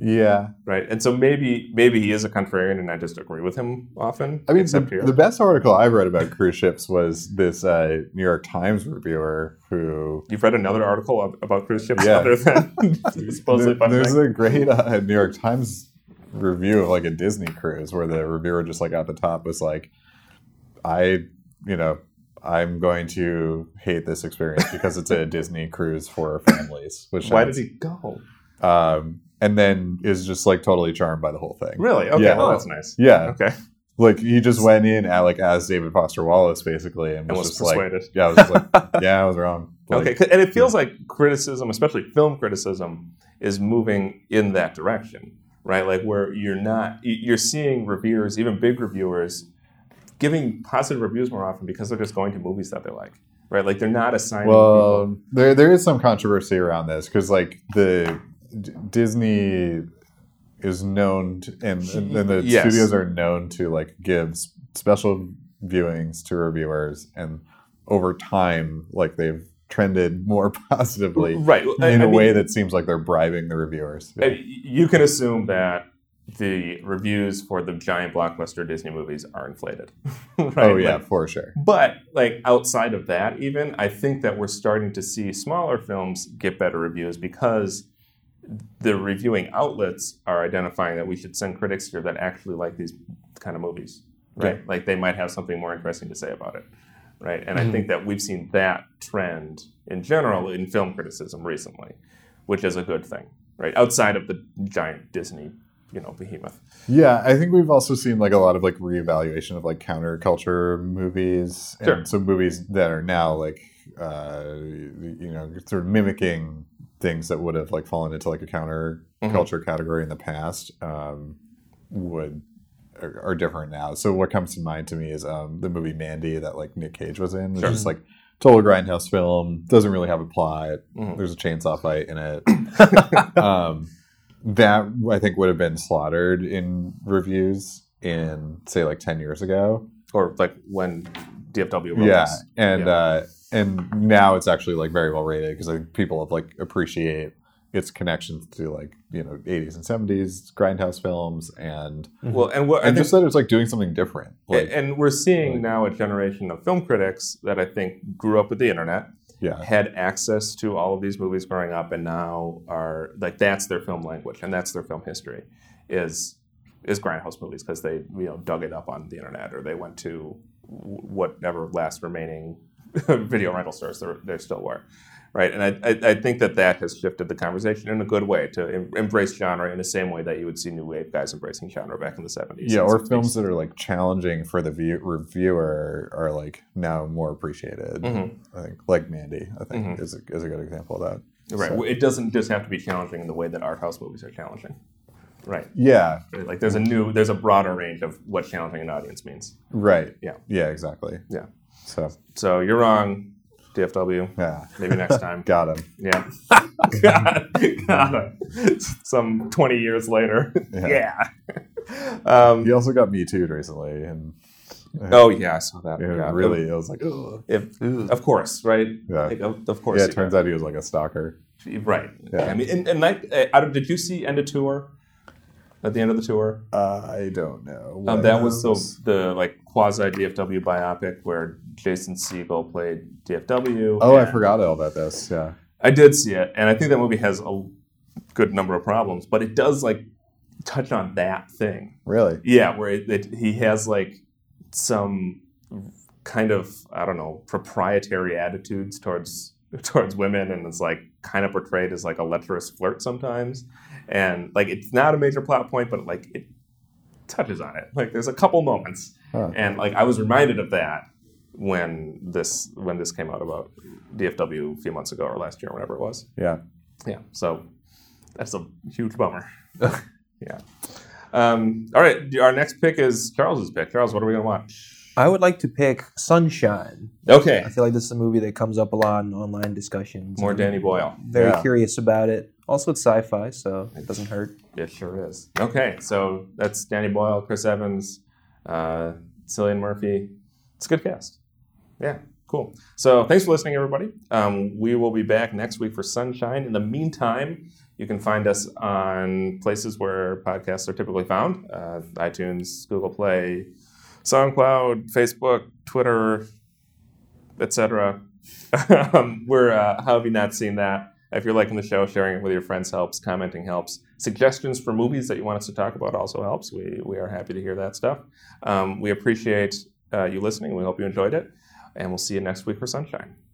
S1: yeah
S2: right and so maybe maybe he is a contrarian and i just agree with him often
S1: I mean,
S2: except
S1: the,
S2: here
S1: the best article I've read about cruise ships was this uh, New York Times reviewer who
S2: You've read another article ab- about cruise ships
S1: Mm. Yeah.
S2: other than supposedly
S1: There-
S2: fun
S1: there's
S2: thing.
S1: a great uh, New York Times review of like a Disney cruise where the reviewer just like at the top was like, I, you know, I'm going to hate this experience because it's a Disney cruise for families. Which
S2: Why
S1: sounds-
S2: did he go?
S1: Um, and then is just like totally charmed by the whole thing.
S2: Really? Okay,
S1: Yeah.
S2: well that's nice.
S1: Yeah,
S2: Okay,
S1: like he just went in at like as David Foster Wallace basically, and
S2: and
S1: was,
S2: was
S1: just like,
S2: persuaded.
S1: yeah, I was just like, yeah, I was wrong. Like,
S2: okay, 'cause- and it feels like criticism, especially film criticism, is moving in that direction, right? Like where you're not, y- you're seeing reviewers, even big reviewers, giving positive reviews more often because they're just going to movies that they like, right? Like they're not assigning. people-
S1: Well, there there is some controversy around this because like the D- Disney is known to, and, and, and the
S2: Yes.
S1: studios are known to like give s- special viewings to reviewers and over time like they've trended more positively
S2: right
S1: in
S2: I-
S1: a
S2: I mean,
S1: way that seems like they're bribing the reviewers
S2: Uh, you can assume that the reviews for the giant blockbuster Disney movies are inflated. right?
S1: oh yeah
S2: Like,
S1: for sure
S2: but like outside of that, even I think that we're starting to see smaller films get better reviews because the reviewing outlets are identifying that we should send critics here that actually like these kind of movies, right? Like they might have something more interesting to say about it, right? And
S1: Mm-hmm.
S2: I think that we've seen that trend in general in film criticism recently, which is a good thing, right? Outside of the giant Disney, you know, behemoth.
S1: Yeah, I think we've also seen like a lot of like reevaluation of like counterculture movies and
S2: Sure.
S1: some movies that are now like uh, you know sort of mimicking things that would have like fallen into like a counterculture
S2: Mhm.
S1: category in the past um, would are, are different now. So what comes to mind to me is um, the movie Mandy that like Nick Cage was in. It's
S2: Sure.
S1: just like total grindhouse film. Doesn't really have a plot.
S2: Mhm.
S1: There's a chainsaw fight in it. um, that I think would have been slaughtered in reviews in say like ten years ago.
S2: Or like when DFW wrote
S1: yeah,
S2: this.
S1: and
S2: Yeah.
S1: Uh, and now it's actually like very well rated because I think people have like appreciate its connections to like you know 80s and 70s grindhouse films and
S2: Well, and what Mm-hmm. I
S1: and
S2: think
S1: just that it's like doing something different. Like
S2: A- and we're seeing
S1: like-
S2: now a generation of film critics that I think grew up with the internet,
S1: yeah,
S2: had access to all of these movies growing up, and now are like that's their film language and that's their film history, is is grindhouse movies because they you know dug it up on the internet or they went to w- whatever last remaining video rental stores there, there still were, right? And I, I I think that that has shifted the conversation in a good way to em- embrace genre in the same way that you would see new wave guys embracing genre back in the seventies.
S1: yeah, or films that are like challenging for the view- reviewer are like now more appreciated.
S2: Mm-hmm.
S1: I think like Mandy, I think
S2: Mhm.
S1: is, a, is a good example of that.
S2: Right.
S1: So-
S2: It doesn't just have to be challenging in the way that art house movies are challenging. Right.
S1: Yeah,
S2: Like there's a new, there's a broader range of what challenging an audience means.
S1: Right.
S2: Yeah.
S1: Yeah, exactly.
S2: Yeah.
S1: So,
S2: So you're wrong, DFW.
S1: yeah.
S2: Maybe next time.
S1: Got him.
S2: Yeah. God, God. Some 20 years later.
S1: Yeah.
S2: Yeah. Um,
S1: He also got me too recently. And
S2: Oh, yeah. I saw that.
S1: it
S2: Yeah.
S1: really, I was like, Ugh.
S2: If, of course, right?
S1: Yeah.
S2: Like, of, of course.
S1: Yeah, it turns out he was like a stalker.
S2: Right.
S1: Yeah.
S2: I mean, and, and like, uh, Adam, did you see End of Tour? At the end of the tour?
S1: Uh, I don't know.
S2: Um,
S1: what
S2: that was the,
S1: else.
S2: the like quasi DFW biopic where Jason Siegel played DFW.
S1: Oh, I
S2: and-
S1: forgot all about this. Yeah.
S2: I did see it, and I think that movie has a good number of problems, but it does like touch on that thing.
S1: Really?
S2: Yeah, where it, it, he has like some kind of I don't know proprietary attitudes towards towards women, and is like kind of portrayed as like a lecherous flirt sometimes, and like it's not a major plot point, but like it touches on it. Like there's a couple moments,
S1: Huh.
S2: and like I was reminded of that when this when this came out about DFW a few months ago or last year, whatever it was.
S1: Yeah.
S2: Yeah. So that's a huge bummer. yeah. Um, all right. Our next pick is Charles's pick. Charles, what are we gonna watch?
S3: I would like to pick Sunshine.
S2: Okay.
S3: I feel like this is a movie that comes up a lot in online discussions.
S2: More Danny Boyle.
S3: Very
S1: Yeah.
S3: curious about it. Also, it's sci-fi, so it doesn't hurt.
S2: It sure is. Okay. So that's Danny Boyle, Chris Evans, uh, Cillian Murphy. It's a good cast. Yeah. Cool. So thanks for listening, everybody. Um, we will be back next week for Sunshine. In the meantime, you can find us on places where podcasts are typically found: uh, iTunes, Google Play, SoundCloud, Facebook, Twitter, etc. um, we're uh, how have you not seen that? If you're liking the show, sharing it with your friends helps. Commenting helps. Suggestions for movies that you want us to talk about also helps. We we are happy to hear that stuff. Um, we appreciate uh, you listening. We hope you enjoyed it, and we'll see you next week for Sunshine.